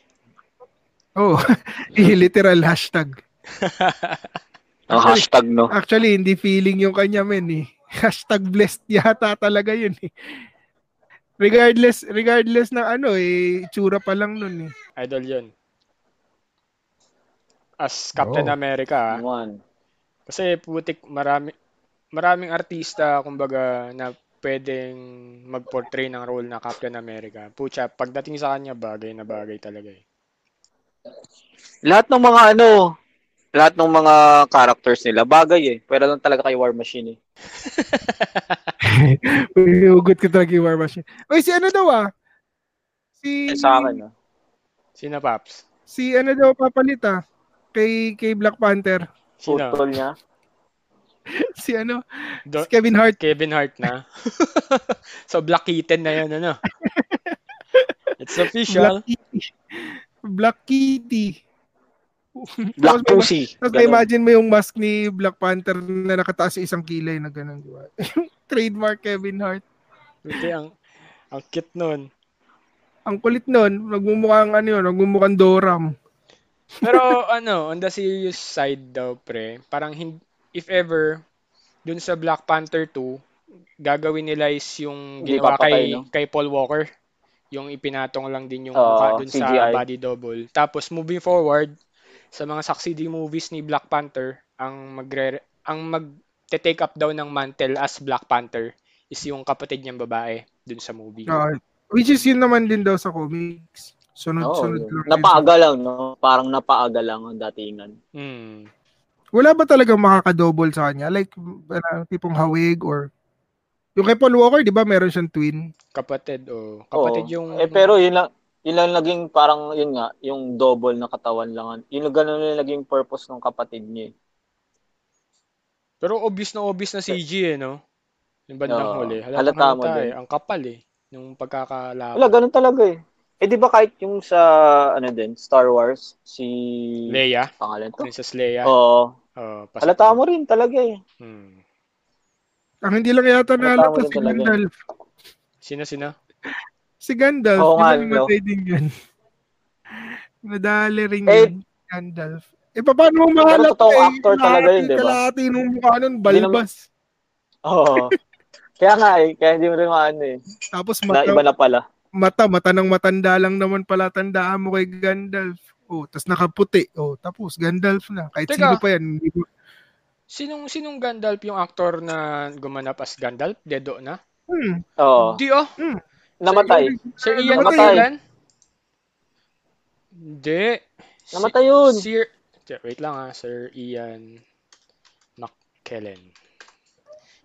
S4: Oh, literal hashtag.
S2: Ang hashtag, no?
S4: Actually, hindi feeling yung kanya men eh. Hashtag blessed yata talaga yun eh. Regardless, regardless ng ano eh, tsura pa lang nun eh.
S3: Idol yun. As Captain
S4: Oo.
S3: America. ah.
S2: One.
S3: Kasi putik marami maraming artista kumbaga na pwedeng mag-portray ng role na Captain America. Pucha, pagdating sa kanya bagay na bagay talaga eh.
S2: Lahat ng mga ano, lahat ng mga characters nila, bagay eh. Pero lang talaga kay War Machine eh.
S4: Uy, Hugot ko talaga yung war machine. Uy, si ano daw ah? Si,
S2: Eh, Sa akin, ah.
S3: Sina Paps?
S4: si ano daw papalit ah? Kay, kay Black Panther.
S3: Sino?
S2: Putol niya.
S4: si ano?
S3: Do-
S4: si Kevin Hart.
S3: Kevin Hart na. so Black Kitten na 'yan ano. It's official.
S4: Black Kitty. Black Kitty.
S2: Black
S4: Tapos
S2: Pussy.
S4: may- Tapos
S2: Ganun.
S4: imagine mo yung mask ni Black Panther na nakataas sa isang kilay na ganun, di ba? Yung trademark Kevin Hart.
S3: Puti, ang ang cute nun.
S4: Ang kulit nun, nagmumukhang ano yun, nagmumukhang Doram.
S3: Pero ano, on the serious side daw pre, parang hin- if ever dun sa Black Panther 2, gagawin nila is yung
S2: Hindi
S3: ginawa
S2: papatay,
S3: kay
S2: no?
S3: kay Paul Walker, yung ipinatong lang din yung
S2: Oo,
S3: mukha dun sa
S2: CGI.
S3: body double. Tapos moving forward sa mga succeeding movies ni Black Panther, ang magre ang mag take up daw ng mantle as Black Panther is yung kapatid niyang babae dun sa movie.
S4: Ah, which is yun naman din daw sa
S2: Oo.
S4: comics. Sunod-sunod lang. yun.
S2: napaaga lang, no? Parang napaaga lang ang datingan.
S3: Mm.
S4: Wala ba talagang makakadouble sa kanya? Like, ano, tipong hawig or... Yung kay Paul Walker, di ba, meron siyang twin?
S3: Kapatid o kapatid
S2: Oo.
S3: yung
S2: Eh, pero yun lang, yun lang naging parang, yun nga, yung double na katawan lang. Yun, ganun lang naging purpose ng kapatid niya. eh.
S3: Pero obvious na obvious na CG eh, no? Yung bandang
S2: Oo.
S3: huli.
S2: Halata mo
S3: halata
S2: din.
S3: eh. Ang kapal eh. Nung
S2: Wala,
S3: pagkakalapit.
S2: ganun talaga eh. Eh, di ba kahit yung sa, ano din, Star Wars, si...
S3: Leia.
S2: Pangalan to?
S3: Princess Leia.
S2: Oo.
S3: Oh,
S2: Halata mo rin talaga eh.
S3: Hmm.
S4: Ang hindi lang yata
S2: Wala
S4: nahalata
S2: tao
S4: si
S2: talaga.
S4: Gandalf.
S3: Sino, sino?
S4: Si Gandalf,
S2: Oo
S4: oh,
S2: nga,
S4: hindi namatay din yun. Nadali rin
S2: Eh,
S4: yun, Gandalf. Eh, paano mo
S2: Pero
S4: mahalata
S2: totoong actor talaga yun, di ba?
S4: Kalahati nung mukha nun,
S2: Hindi naman-
S4: balbas.
S2: Oo. kaya nga eh, kaya hindi mo rin maano eh.
S4: Tapos
S2: Na,
S4: mata,
S2: iba na pala.
S4: mata, mata ng matanda lang naman pala, tandaan mo kay Gandalf. Oh, tapos nakaputi. Oh, tapos Gandalf na. Kahit
S3: Teka.
S4: sino pa yan. hindi mo-
S3: Sinong, sinong Gandalf yung actor na gumanap as Gandalf? Dedo na?
S4: Hmm. Ah,
S2: Oo.
S3: Hindi oh.
S2: Namatay.
S3: Sir Ian
S2: Namatay.
S3: Makalan? Hindi. Si-
S2: Namatay yun.
S3: Sir... Te- Wait lang ha. Sir Ian McKellen.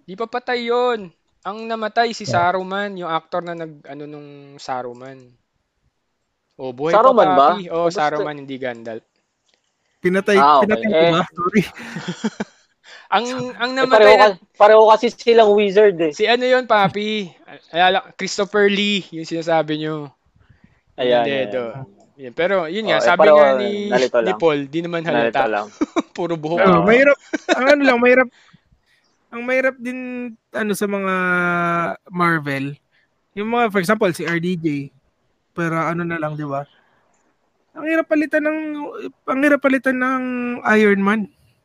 S3: Di pa patay yun. Ang namatay si Saruman, yung actor na nag ano nung Saruman. Oh, buhay
S2: Saruman
S3: pa
S2: ba?
S3: papi. Oh,
S2: Basta-
S3: Saruman hindi Gandalf.
S4: Pinatay,
S2: Ah, okay.
S4: pinatay ko
S2: Eh.
S4: ba? Sorry.
S3: Ang ang
S2: Eh,
S3: namatay
S2: pareho,
S3: na,
S2: ka- pareho kasi silang wizard eh.
S3: si ano yun, papi? Alala, Christopher Lee, yung sinasabi nyo.
S2: Ayan.
S3: Dedo.
S2: ayan.
S3: Yun, pero yun
S2: Oh,
S3: nga,
S2: eh,
S3: sabi
S2: pareho,
S3: nga ni,
S2: nalito
S3: ni
S2: lang.
S3: Paul, di naman
S2: Narito
S3: halata.
S2: lang.
S3: Puro buhok.
S2: Oo.
S4: Oh, mahirap. ang ano lang, mahirap. Ang mahirap din ano sa mga Marvel. Yung mga for example si RDJ pero ano na lang, 'di ba? Ang hirap palitan ng ang hirap palitan ng Iron Man.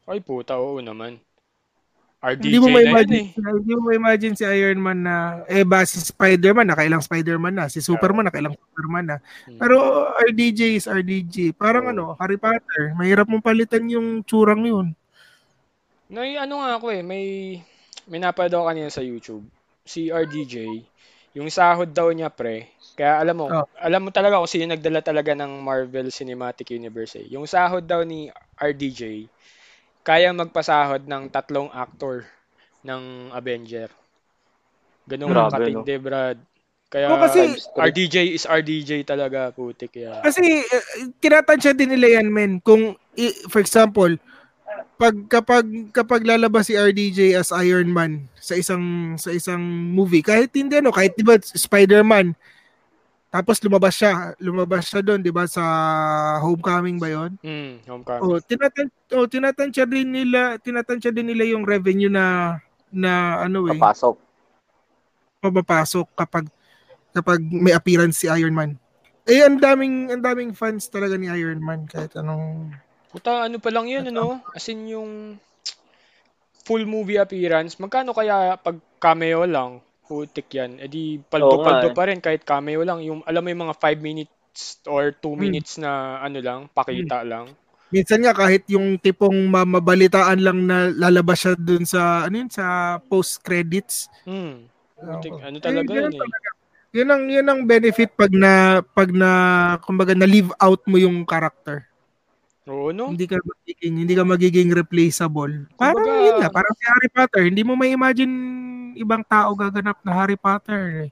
S3: Ay, puta, oo naman. RDJ
S4: Hindi
S3: na
S4: mo
S3: yun
S4: ma-imagine,
S3: eh.
S4: hindi mo ma-imagine si Iron Man na eh ba si Spider-Man nakailang Spider-Man na, si Superman nakailang Superman na.
S3: Hmm.
S4: Pero RDJ is RDJ. Parang
S3: Oo.
S4: ano, Harry Potter, mahirap mong palitan yung tsurang yun.
S3: Nay, ano nga ako eh, may, may napad ako kanina sa YouTube. Si RDJ, yung sahod daw niya pre, kaya alam mo,
S4: Oh.
S3: alam mo talaga kung sino yung nagdala talaga ng Marvel Cinematic Universe eh. Yung sahod daw ni RDJ, kaya magpasahod ng tatlong actor ng Avenger. Ganun ang
S2: Grabe, no?
S3: katindi, Brad. Kaya
S4: Oo, Oh, kasi-
S3: RDJ is RDJ talaga, putik yan.
S4: Kasi eh, tinatansya din nila yan men kung i- for example pag kapag kapag lalabas si RDJ as Iron Man sa isang sa isang movie kahit hindi ano kahit diba Spider-Man Tapos lumabas siya, lumabas siya doon, 'di ba sa homecoming ba 'yon?
S3: Mm, homecoming.
S4: Oh, tinatan oh, tinatansya din nila, tinatansya din nila yung revenue na na ano eh,
S2: Papasok.
S4: papapasok kapag kapag may appearance si Iron Man. Eh ang daming ang daming fans talaga ni Iron Man kahit anong
S3: Puta, ano pa lang yun, ano? As in yung full movie appearance, magkano kaya pag cameo lang? Putik yan. E di
S2: Oo nga,
S3: paldo-paldo
S2: eh.
S3: pa rin kahit cameo lang. Yung, alam mo yung mga 5 minutes or 2
S4: Hmm.
S3: minutes na ano lang, pakita lang.
S4: Minsan nga kahit yung tipong mabalitaan lang na lalabas siya dun sa ano yun sa post credits.
S3: Hmm. Putik, ano
S4: Eh,
S3: talaga yun
S4: ganun
S3: eh.
S4: talaga. Yun ang yun ang benefit pag na pag na kumbaga na live out mo yung character.
S3: Oo, no?
S4: Hindi ka magiging hindi ka magiging replaceable.
S3: Ano?
S4: Parang
S3: Kumbaga-
S4: yun na, parang si Harry Potter, hindi mo ma-imagine ibang tao gaganap na Harry Potter eh.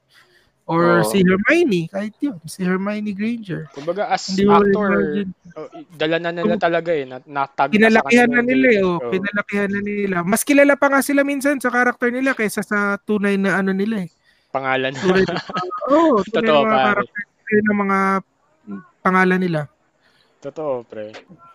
S4: Or
S2: Oo.
S4: si Hermione, kahit yun, si Hermione Granger.
S3: Kumbaga, as
S4: Hindi mo
S3: actor,
S4: ma-imagine.
S3: oh, dala na nila talaga eh. Nat- Natag na sa
S4: Kinalakihan na
S3: kanila
S4: nila eh. Oh.
S3: Oo.
S4: Kinalakihan na nila. Mas kilala pa nga sila minsan sa karakter nila kaysa sa tunay na ano nila eh.
S3: Pangalan.
S4: Tunay na, oh, tunay
S3: Totoo,
S4: na mga
S3: pare.
S4: karakter tunay na mga pangalan nila.
S3: Totoo, pre.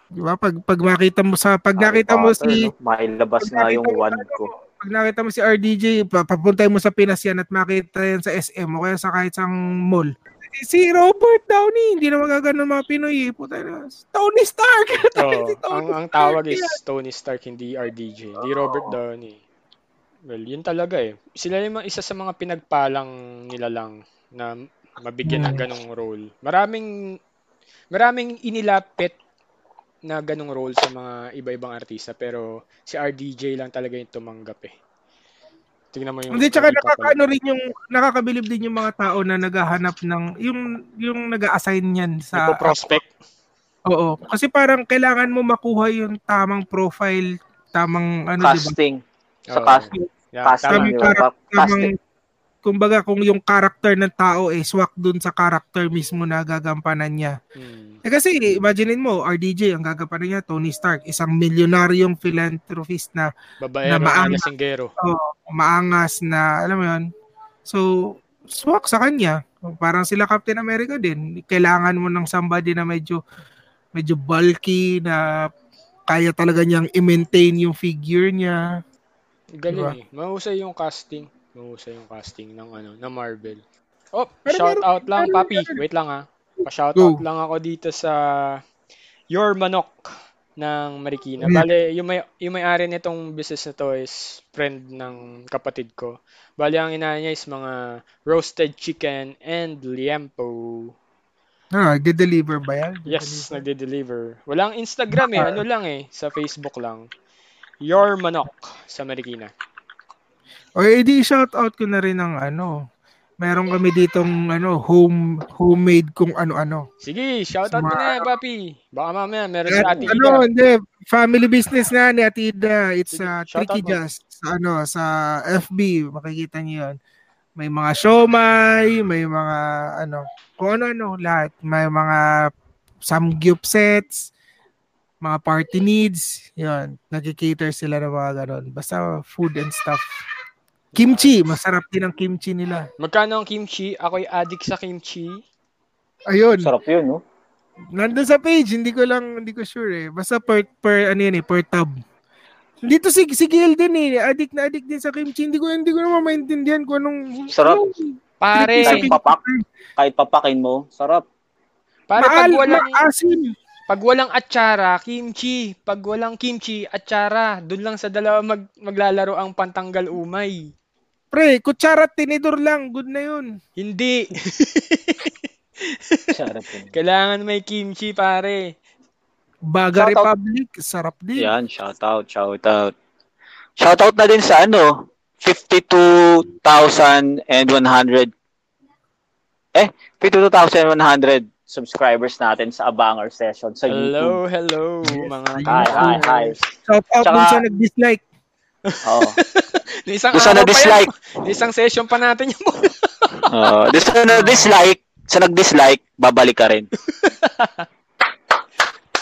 S4: Di ba? Pag, pag makita mo sa, pag nakita mo si,
S2: Mailabas
S4: pag
S2: na yung
S4: nakita mo
S2: one
S4: ano,
S2: ko.
S4: pag nakita mo si RDJ, pa- papuntay mo sa Pinas yan at makita yan sa SM o kaya sa kahit sang mall. Si Robert Downey, hindi na magagano mga Pinoy. eh. Puta na. Tony Stark!
S3: Oo.
S4: Si Tony
S3: Oh, ang, ang
S4: Stark Oh.
S3: tawag is
S4: yan.
S3: Tony Stark, hindi RDJ. Hindi Robert Downey. Well, yun talaga eh. Sila yung mga- isa sa mga pinagpalang nila lang na mabigyan ng ganong role. Maraming maraming inilapit na ganong role sa mga iba-ibang artista pero si RDJ lang talaga yung tumanggap eh. Tingnan mo yung
S4: Hindi, tsaka
S3: Erica pala.
S4: nakakaano rin yung, nakakabilib din yung mga tao na naghahanap ng, yung, yung nag-a-assign yan sa,
S3: Nagpo-prospect.
S4: oo. Kasi parang kailangan mo makuha yung tamang profile, tamang, ano, di ba?
S2: Casting. Sa cast-
S3: Yeah,
S2: casting.
S3: tama.
S4: Kami
S2: di ba?
S4: parang-
S2: Casting.
S4: tamang kumbaga kung yung character ng tao eh swak dun sa character mismo na gagampanan niya.
S3: Mm.
S4: Eh kasi imaginein mo RDJ ang gagampanan niya Tony Stark, isang milyonaryong philanthropist na
S3: Babaero,
S4: Na maangas.
S3: alasinggero.
S4: maangas na alam mo yun. So swak sa kanya. Parang sila Captain America din. Kailangan mo ng somebody na medyo medyo bulky na kaya talaga niyang i-maintain yung figure niya. Diba?
S3: Galing eh. Mahusay yung casting. Mahusay yung casting ng ano, ng Marvel. Oh,
S4: Pero
S3: shout
S4: meron-
S3: out lang,
S4: meron-
S3: papi.
S4: meron.
S3: Wait lang ha. Pa-shout
S4: Go.
S3: out lang ako dito sa Your Manok ng Marikina.
S4: Yeah.
S3: Bale, yung may, yung may-ari nitong business na to is friend ng kapatid ko. Bale, ang ina niya is mga roasted chicken and liempo.
S4: Ah, deliver ba yan?
S3: Yes,
S4: Deliver.
S3: nagde-deliver. Walang Instagram
S4: Ah.
S3: eh, ano lang eh, sa Facebook lang. Your Manok sa Marikina.
S4: O edi shout out ko na rin ang ano. Meron kami ditong ano home homemade kung ano-ano.
S3: Sige, shoutout mo na, papi. Baka mamaya meron
S4: At
S3: sa ating
S4: ano, hindi family business na ni Ate Ida. It's
S3: Sige,
S4: uh,
S3: shout
S4: Tricky
S3: out mo.
S4: Just sa ano sa FB makikita niyo 'yon. May mga siomay, may mga ano, kung ano-ano lahat. May mga samgyup sets, mga party needs, 'yon. Nagki-cater sila ng mga ganun. Basta food and stuff. Kimchi, masarap din ang kimchi nila.
S3: Magkano ang kimchi? Ako'y addict sa kimchi.
S4: Ayun.
S2: Sarap yun, no?
S4: Nandun sa page, hindi ko lang, hindi ko sure eh. Basta per, per ano yun eh, per tab. Dito si, si Gil din eh, addict na addict din sa kimchi. Hindi ko, hindi ko naman maintindihan kung anong...
S2: Sarap.
S3: Pare,
S4: Sa
S2: Kahit
S4: pin-
S2: papak, kahit papakin mo, sarap.
S3: pare pag
S4: Maal,
S3: walang,
S4: maasim.
S3: pag walang atsara, kimchi. Pag walang kimchi, atsara. Doon lang sa dalawa mag, maglalaro ang pantanggal umay.
S4: Pre, kutsara at tinidor lang, good na yun.
S3: Hindi.
S2: Sarap yun.
S3: Kailangan may kimchi, pare.
S2: Shout out.
S4: Baga Republic, sarap din.
S2: Yan, shout out, shout out. Shout out na din sa ano, 52,100 eh, 52,100 subscribers natin sa Abangar Session sa YouTube.
S3: Hello, hello, mga
S2: Hi, hi, hi.
S4: Shout out
S2: Tsaka-
S4: dun sa nag-dislike.
S2: Oo.
S3: Na isang
S2: Doon sa
S3: araw pa yan.
S2: na-dislike.
S3: Na isang session pa natin yung mga.
S2: Oo. Doon sa na-dislike. Sa nag-dislike, babalik ka rin.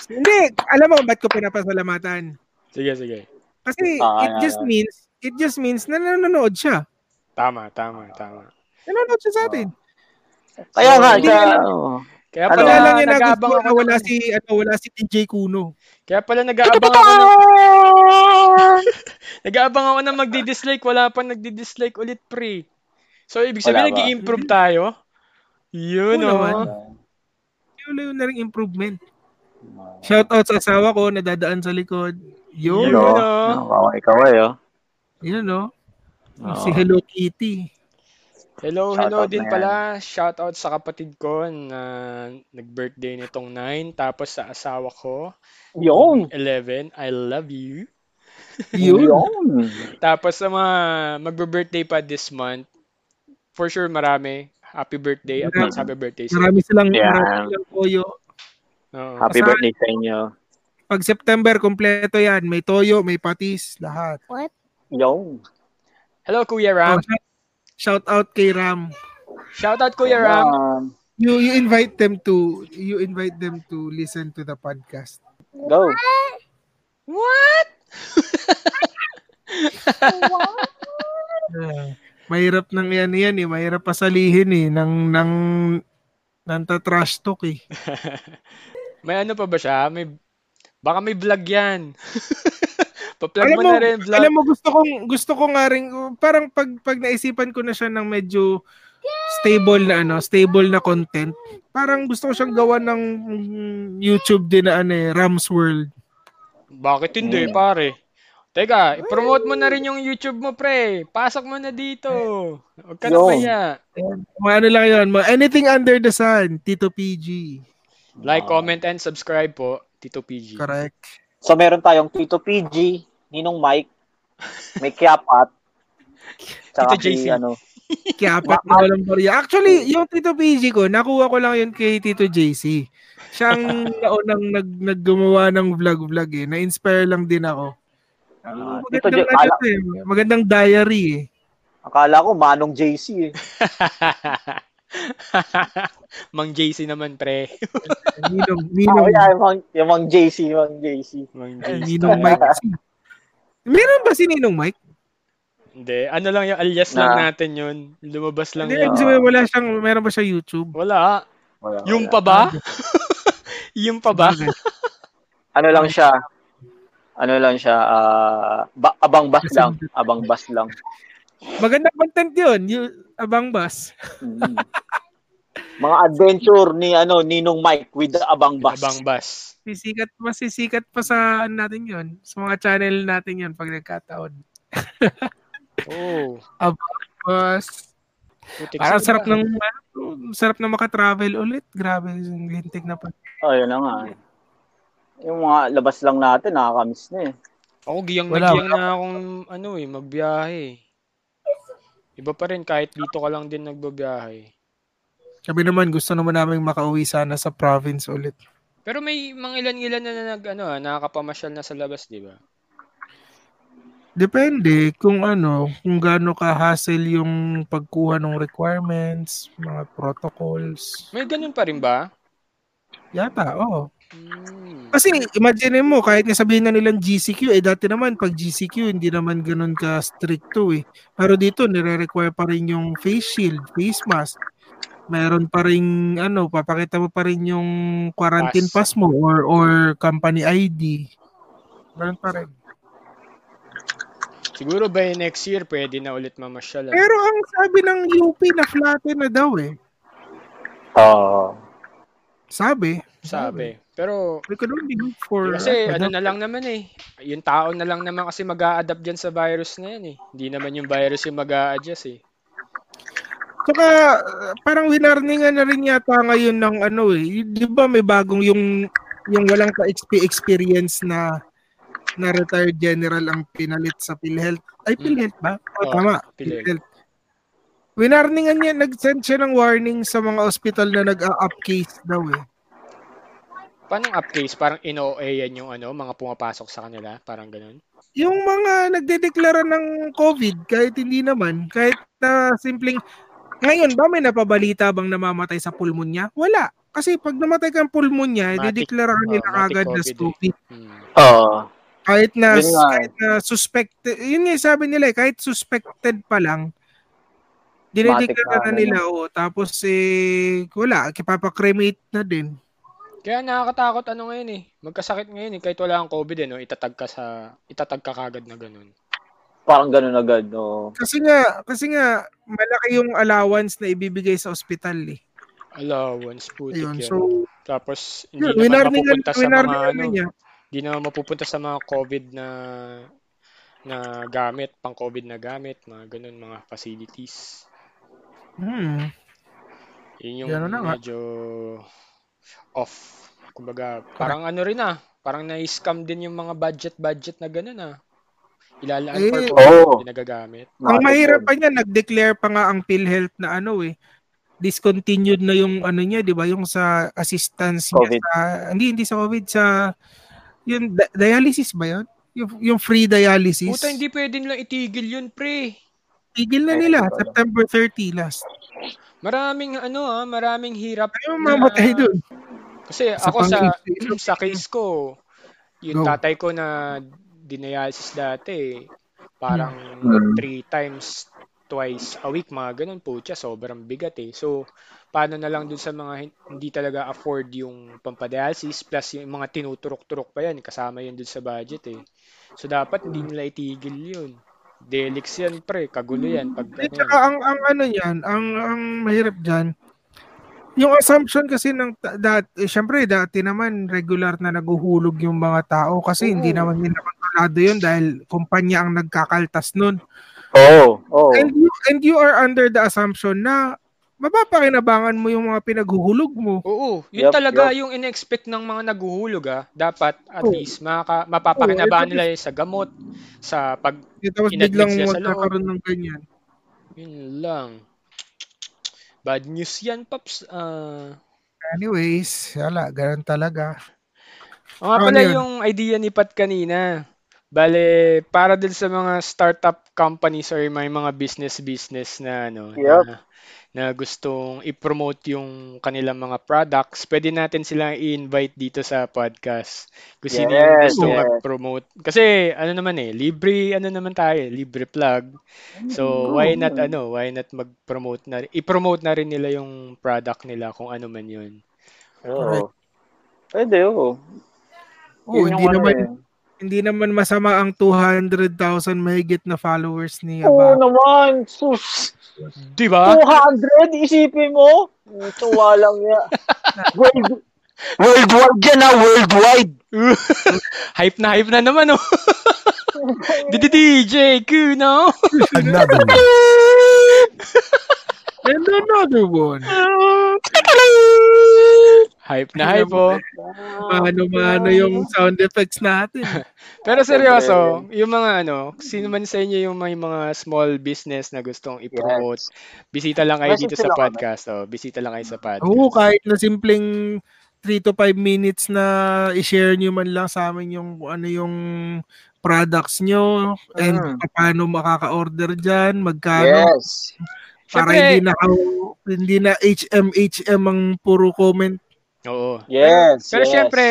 S4: Hindi, alam mo, ba't ko pinapasalamatan?
S3: Sige, sige.
S4: Kasi
S2: Ah,
S4: it
S2: yeah,
S4: just
S2: yeah.
S4: means, it just means na nanonood siya.
S3: Tama, tama, tama.
S2: Ah.
S4: Nanonood siya sa atin.
S2: Kaya nga,
S4: Hindi
S2: sa...
S4: nila-
S2: oo.
S3: Kaya
S2: Ano?
S3: pala,
S4: Wala lang yan
S3: nag-aabang
S4: nagustuhan
S3: ako
S4: na wala
S3: ng-
S4: si, ano, wala si TJ Kuno.
S3: Kaya pala nag-aabang ako ng...
S2: ah.
S3: nag-aabang ako ng magdi-dislike. Wala pa nagdi-dislike ulit, pre. So, ibig
S2: Wala
S3: sabihin,
S2: ba?
S3: nag-i-improve tayo? Yun,
S4: Oo naman.
S3: oh.
S4: Yun yun na rin improvement. Shout out sa asawa ko, nadadaan sa likod.
S3: Yun,
S4: Yun,
S2: Yun,
S3: oh.
S2: oh. Wow, ikaw
S5: eh,
S2: ay, oh.
S4: yun no?
S3: Ah.
S2: Oo.
S4: Si Hello Kitty.
S3: Hello,
S2: Shoutout
S3: hello
S2: na
S3: din
S2: yan.
S3: pala. Shout out sa kapatid ko na nag-birthday nitong 9. Tapos sa asawa ko,
S5: Yun.
S3: 11. I love you.
S4: Yun.
S2: Yun.
S3: Tapos sa mga magbe-birthday pa this month, for sure marami. Happy birthday. Advance happy birthday. sa'yo.
S4: Marami silang,
S2: Yeah.
S4: marami silang toyo.
S3: Oo.
S2: Happy
S4: Sa-
S2: birthday sa inyo.
S4: Pag September, kompleto yan. May toyo, may patis, lahat.
S5: Yun.
S3: Hello, Kuya
S4: Oh,
S3: Ram.
S4: shout, shout out kay Ram.
S3: Shout out, Kuya Ram.
S5: Um,
S4: You you invite them to you invite them to listen to the podcast.
S2: Go.
S3: What?
S4: Mahirap nang yan yan eh. Mahirap pasalihin eh. Nang, nang, nang trash talk eh.
S3: May ano pa ba siya? May baka may vlog 'yan. Pa-plug
S4: alam
S3: mo
S4: mo,
S3: na rin vlog.
S4: alam mo gusto kong gusto ko nga rin parang pag pag naisipan ko na siya ng medyo stable na ano, stable na content. Parang gusto ko siyang gawa ng mm, YouTube din na ano eh, Rams World.
S3: Bakit hindi, pare? Teka, i-promote mo na rin yung YouTube mo, pre. Pasok mo na dito. Huwag ka na
S5: Yo.
S3: kaya.
S4: Mga ano lang yun, mga anything under the sun, Tito PG.
S3: Like, comment, and subscribe po. Tito PG.
S4: Correct.
S5: So meron tayong Tito PG, Ninong Mike, may Kiapat, tsaka
S3: Tito JC.
S5: si ano,
S4: Kaya apat na walang barya. Actually, yung Tito PG ko, nakuha ko lang yun kay Tito JC. Siyang naunang nag, naggumawa ng vlog-vlog eh. Na-inspire lang din ako.
S5: Ah, Tito
S4: magandang,
S5: J-
S4: ano to eh, magandang diary eh.
S5: akala ko Manong JC eh.
S3: Mang JC naman, pre.
S4: Ninong,
S5: Oh,
S4: Ninong,
S5: yeah, yung, mang- yung mang JC, mang JC.
S3: Mang JC.
S4: Ninong Mike. Meron ba si Ninong Mike?
S3: Hindi. Ano lang yung alias
S2: Na.
S3: lang natin yun. Lumabas lang
S4: Hindi,
S3: yun.
S4: kasi may wala siyang, meron ba siya YouTube?
S3: Wala.
S2: Wala,
S3: Yung
S2: wala.
S3: pa ba? yung pa ba?
S2: ano lang siya, ano lang siya, ah, ba- abang bas lang, abang bas lang.
S4: Magandang content yun. You, abang bas.
S2: Mm.
S5: Mga adventure ni ano, Ninong Mike with the Abang Bus.
S3: Abang bus.
S4: Sisikat, masisikat pa sa ano natin yun. Sa mga channel natin yun pag nagkataon.
S3: Oh.
S4: Bas.
S3: Putik
S4: Parang
S3: sila.
S4: sarap ng ano, sarap na makatravel ulit. Grabe, yung lintik na pa.
S2: Oh, yun na nga.
S5: Yung mga labas lang natin, nakakamiss na eh.
S3: Ako, giyang na
S4: Wala,
S3: giyang na akong, ano eh, magbiyahe. Iba pa rin, kahit dito ka lang din nagbabiyahe.
S4: Sabi naman, gusto naman namin makauwi sana sa province ulit.
S3: Pero may mga ilan-ilan na nag, ano, ah, nakakapamasyal na sa labas, di ba?
S4: Depende kung ano, kung gaano ka-hassle yung pagkuha ng requirements, mga protocols.
S3: May ganun pa rin ba?
S4: Yata, oo.
S3: Hmm.
S4: Kasi imagine mo, kahit nga sabihin na nilang GCQ, eh dati naman, pag GCQ, hindi naman ganun ka-stricto eh. Pero dito, nire-require pa rin yung face shield, face mask. Meron pa rin, ano, papakita mo pa rin yung quarantine pass,
S3: Pass.
S4: mo or, or company ID. Meron pa rin.
S3: Siguro by next year, pwede na ulit mamasyal. ah.
S4: Pero ang sabi ng UP na flatten na daw eh.
S2: Oh.
S4: Sabi,
S3: Sabi. Pero,
S4: we could only hope for...
S3: kasi ano na lang naman eh. Yung tao na lang naman kasi mag adapt dyan sa virus na yan eh. Hindi naman yung virus yung mag adjust eh.
S4: Saka uh, parang winarningan na rin yata ngayon ng ano eh. Y- Di ba may bagong yung yung walang ka-XP experience na na retired general ang pinalit sa PhilHealth. Ay,
S3: Mm.
S4: PhilHealth ba?
S3: Oo,
S4: Oh, tama.
S3: PhilHealth.
S4: PhilHealth. Winarningan niya, nag-send siya ng warning sa mga ospital na nag-up case daw eh.
S3: Paano ang up case? Parang in-OA yan yung ano, mga pumapasok sa kanila? Parang ganun?
S4: yung mga nagdedeklara ng COVID kahit hindi naman, kahit na simpleng ngayon ba may napabalita bang namamatay sa pulmonya? Wala. Kasi pag namatay kang pulmonya,
S3: Matik.
S4: idedeklara eh, ka nila
S3: Oh, matik
S4: agad na
S3: COVID eh.
S4: COVID.
S3: Hmm.
S5: Ah,
S2: Oh.
S4: Kahit na,
S2: Yun nga.
S4: kahit na suspect, yun nga yung sabi nila eh, kahit suspected pa lang, Dinideklara na
S2: ano
S4: nila, oh, tapos eh, wala, kipapakremate na din.
S3: Kaya nakakatakot ano ngayon eh. Magkasakit ngayon eh. Kahit wala kang COVID eh, no? itatag ka sa, itatag ka kagad na ganun.
S2: Parang ganun agad, no?
S4: Kasi nga, kasi nga, malaki yung allowance na ibibigay sa ospital eh.
S3: Allowance, putik
S4: Ayun,
S3: yan.
S4: so,
S3: Tapos, hindi
S4: yun,
S3: naman
S4: winarning
S3: mapupunta sa mga,
S4: winarning
S3: ano,
S4: niya.
S3: hindi naman mapupunta sa mga COVID na na gamit, pang-COVID na gamit, mga ganun, mga facilities.
S4: Hmm.
S3: Yun yung
S4: Ganun na nga.
S3: medyo off. Kumbaga, parang ano rin ah, parang na-scam din yung mga budget-budget na ganun ah. Ilalaan
S4: Eh,
S3: for
S2: oo.
S3: hindi nagagamit.
S2: Mga
S4: Ang mahirap
S2: ganun.
S4: pa niya, nag-declare pa nga ang PhilHealth na ano eh, discontinued na yung ano niya, di ba? Yung sa assistance
S2: COVID.
S4: niya sa, hindi, hindi sa COVID, sa, yung di- dialysis ba yun? Yung, yung free dialysis.
S3: Puta, hindi pwede nilang itigil yun, pre.
S4: Tigil na nila, September 30 last.
S3: Maraming ano ah, maraming hirap.
S4: Ayaw
S3: na-
S4: mamatay dun.
S3: Kasi
S4: Sa
S3: ako sa
S4: pang-
S3: sa case ko, yung
S4: Go.
S3: tatay ko na dinialysis dati, parang
S2: Hmm.
S3: three times twice a week, mga ganun po siya, sobrang bigat eh. So, paano na lang dun sa mga hin- hindi talaga afford yung pampadialysis plus yung mga tinuturok-turok pa yan, kasama yun dun sa budget eh. So, dapat hindi nila itigil yun. Delix yan pre, kagulo yan pag
S4: At
S3: ano
S4: saka
S3: yan.
S4: ang, ang ano niyan, ang, ang mahirap dyan, yung assumption kasi ng ta- dat, eh, syempre dati naman regular na naguhulog yung mga tao kasi hindi
S3: Oo.
S4: naman nila kontrolado yun dahil kumpanya ang nagkakaltas nun.
S2: Oo, oo.
S4: And you, and you are under the assumption na mapapakinabangan mo yung mga pinaghuhulog mo.
S3: Oo,
S2: Yup,
S3: yun talaga yung in-expect ng mga naguhulog ah. Dapat at
S4: Oo.
S3: least makaka- mapapakinabangan
S4: Oo,
S3: nila yun sa gamot, sa pag
S4: Eh, Tapos
S3: Inadmit
S4: biglang
S3: siya sa
S4: magkakaroon ng ganyan.
S3: yun lang. Bad news yan, Pops. Ah,
S4: Anyways, wala, ganun talaga.
S3: o nga
S4: Ano
S3: pala
S4: yun?
S3: yung idea ni Pat kanina. Bale, para din sa mga startup companies or may mga business-business na ano,
S5: Yup.
S3: na, na gustong i-promote yung kanilang mga products, pwede natin silang i-invite dito sa podcast. Kung sino yung
S5: Yes,
S3: gusto
S5: yes.
S3: mag-promote. Kasi ano naman eh, libre ano naman tayo, eh, libre plug.
S5: Mm,
S3: So, why not ano, why not mag-promote na rin- i-promote na rin nila yung product nila kung ano man 'yun.
S2: Oo. Pwede, oo.
S4: Oh,
S2: Yun yung
S4: hindi
S2: ano
S4: naman
S2: eh.
S4: hindi naman masama ang 200,000 mahigit na followers ni
S5: Oo
S4: Aba.
S5: naman, sus. Mm.
S3: 'Di ba?
S5: 200, isipin mo? Mm, Tuwa lang niya.
S2: World- worldwide yan ah, worldwide.
S3: hype na hype na naman oh. DJ Kuno.
S7: Another one.
S4: And another one.
S3: hype na hype oh.
S4: Mano-mano yung sound effects natin.
S3: Pero seryoso, yung mga ano, sino man sa inyo yung may mga small business na gustong i-promote, bisita lang kayo
S5: Message
S3: dito sa
S5: lang kami.
S3: podcast. Oh, bisita lang kayo sa podcast.
S4: Oo, kahit na simpleng 3 to 5 minutes na i-share nyo man lang sa amin yung kung ano yung products nyo and
S2: Mm.
S4: paano makaka-order dyan, magkano,
S2: Yes.
S4: para
S3: Siyempre.
S4: hindi na hindi na HM HM ang puro comment.
S3: Oo.
S2: Yes,
S3: Pero
S2: yes.
S3: syempre,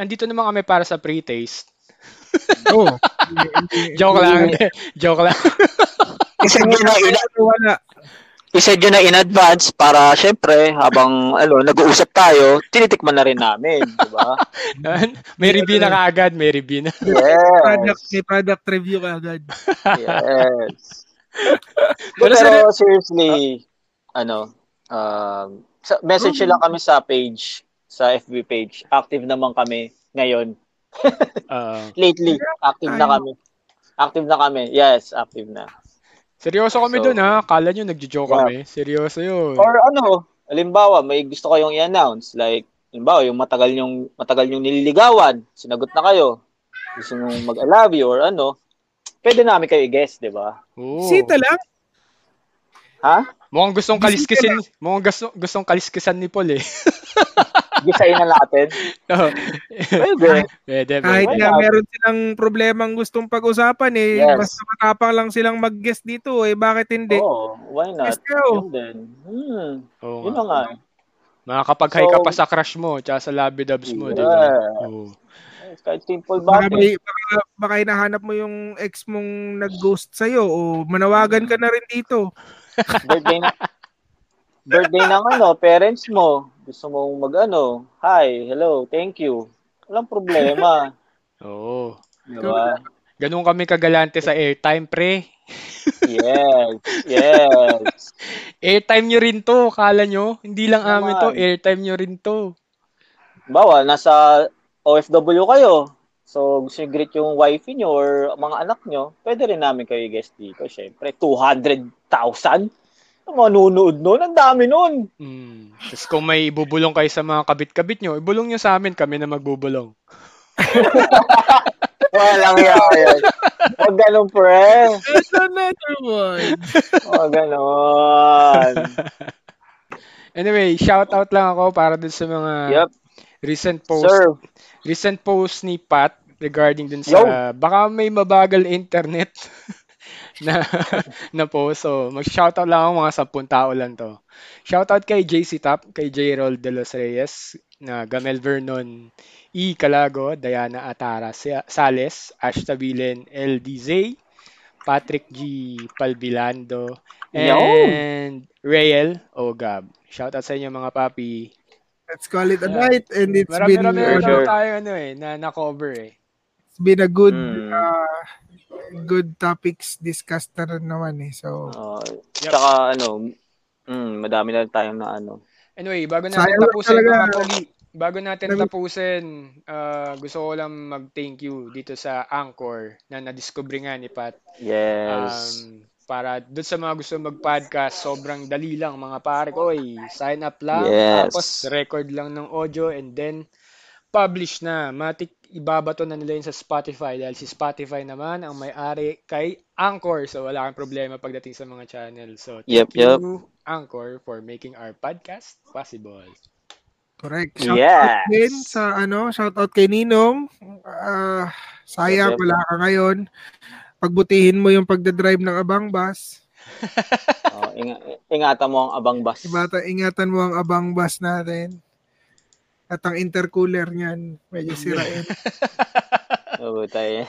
S3: andito naman kami para sa pre-taste.
S4: Oh.
S3: Joke lang. Joke lang.
S2: Isa nyo na, in,
S4: wala.
S2: isa nyo na in advance para syempre habang ano, nag-uusap tayo, tinitikman na rin namin, di ba?
S3: may review na kaagad, may review na.
S4: Product,
S2: Yes.
S4: may product review ka agad.
S2: yes.
S3: Pero
S2: Pero,
S3: seryo-
S2: seriously, ano, um, sa- message nyo lang kami sa page, sa FB page. Active naman kami ngayon.
S3: Oo.
S2: Lately, active na kami. Active na kami. Yes, active na.
S3: seryoso kami
S2: So-
S3: dun ha. Kala nyo nagjo-joke
S2: Yeah.
S3: kami. Seryoso yun.
S2: Or ano, halimbawa, may gusto kayong i-announce. Like, halimbawa, yung matagal yung matagal yung nililigawan, sinagot na kayo. Gusto nyo mag-love you or ano, pwede namin kayo i-guess, di ba?
S3: Oo.
S4: Sita lang.
S2: Ha?
S3: Mukhang gustong
S4: Bisita
S3: kaliskisin. Mukhang gusto, gustong kaliskisan ni Paul eh.
S2: Gisain na natin.
S3: Oo.
S2: Pwede.
S3: pwede,
S4: Kahit
S3: pwede.
S4: na meron silang problemang gustong pag-usapan eh,
S2: Yes.
S4: basta matapang lang silang mag-guest dito eh, bakit hindi?
S2: Oo, why not?
S4: Yes, go.
S2: Yun din. Hmm,
S3: Oo
S2: yun na
S3: nga.
S2: nga.
S3: Makakapag-hi ka
S2: So-
S3: pa sa crush mo, tsaka sa labi dubs mo, di ba?
S2: Yeah.
S3: Oo.
S2: Kahit simple
S4: Baka,
S2: bagay.
S4: may, baka, baka hinahanap mo yung ex mong nag-ghost sa'yo o manawagan ka na rin dito.
S2: birthday na, birthday ng ano, parents mo. Gusto mong mag-ano, hi, hello, thank you. Walang problema.
S3: Oo.
S2: Diba?
S3: Ganun kami kagalante sa airtime, pre.
S2: Yes, yes.
S3: Airtime nyo rin to, kala nyo. Hindi lang
S2: Naman.
S3: amin to, airtime nyo rin to.
S2: Bawa, nasa OFW kayo. So, gusto nyo greet yung wifey nyo or mga anak nyo, pwede rin namin kayo i-guest dito. Siyempre, 200,000? Ang mga nunood nun, ang dami nun.
S3: Mm. Tapos kung may ibubulong kayo sa mga kabit-kabit nyo, ibulong nyo sa amin, kami na magbubulong.
S2: Walang yan. Huwag ganun, pre.
S4: That's another one.
S2: Huwag ganun.
S3: Anyway, shout out lang ako para dun sa mga
S2: Yep,
S3: recent post
S2: sir.
S3: recent post ni Pat regarding dun
S2: Yo.
S3: sa baka may mabagal internet na na post. So, mag-shoutout lang ako mga 10 tao lang to. Shoutout kay JC Tap, kay J. Rol De Los Reyes, na Gamel Vernon, E. Calago, Diana Atara Sa- Sales, Ash Tabilin, L. D. Zay, Patrick G. Palbilando,
S2: Yo.
S3: and Rayel Ogab. Shoutout sa inyo mga papi.
S4: Let's call it a
S3: Yeah.
S4: night and it's
S3: Marami
S4: been
S3: marami
S2: For
S3: rin
S4: uh,
S3: lang
S2: sure.
S3: tayo ano eh, na na-cover eh.
S4: it's been a good
S3: Hmm.
S2: Mm.
S4: uh, good topics discussed na rin naman eh. So
S2: Uh,
S3: Yep.
S2: Tsaka ano, mm, madami na tayong na ano.
S3: Anyway, bago
S4: Sayang
S3: natin
S4: lang
S3: tapusin
S4: talaga.
S3: mga pogi, bago natin
S4: Nami-
S3: tapusin, ah, gusto ko lang mag-thank you dito sa Anchor na nadiscover nga ni Pat.
S2: Yes.
S3: Um, para doon sa mga gusto mag-podcast, sobrang dali lang mga pare ko. Oy, sign up lang,
S2: Yes.
S3: tapos record lang ng audio and then publish na. Matik ibabato na nila yun sa Spotify dahil si Spotify naman ang may-ari kay Anchor. So wala kang problema pagdating sa mga channel. So thank
S2: Yep,
S3: you
S2: yep.
S3: Anchor for making our podcast possible.
S4: correct. Shout out
S2: yes.
S4: din sa ano, shout out kay Ninong. Uh, sayang
S2: Yep, yep.
S4: wala ka ngayon. Pagbutihin mo yung pagdadrive ng abang bus.
S2: Oh, inga- ingatan mo ang abang bus.
S4: Ibata, ingatan mo ang abang bus natin. At ang intercooler niyan, medyo sirain.
S2: Oh, tayo.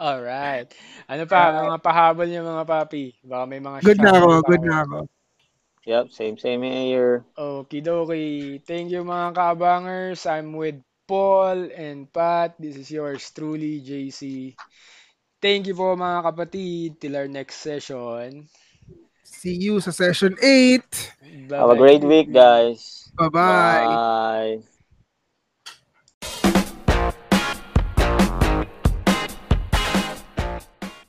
S3: Alright. Ano pa, mga pahabol niyo mga papi? Baka may mga
S4: Good na
S3: shoutout
S4: ako,
S3: pa
S4: good na ako.
S2: Yep, same, same here.
S3: Okidoki. Thank you mga kaabangers. I'm with Paul and Pat. This is yours truly, JC. Thank you po mga kapatid. Till our next session.
S4: See you sa session 8.
S2: Have a great week, guys.
S4: Bye-bye.
S2: Bye.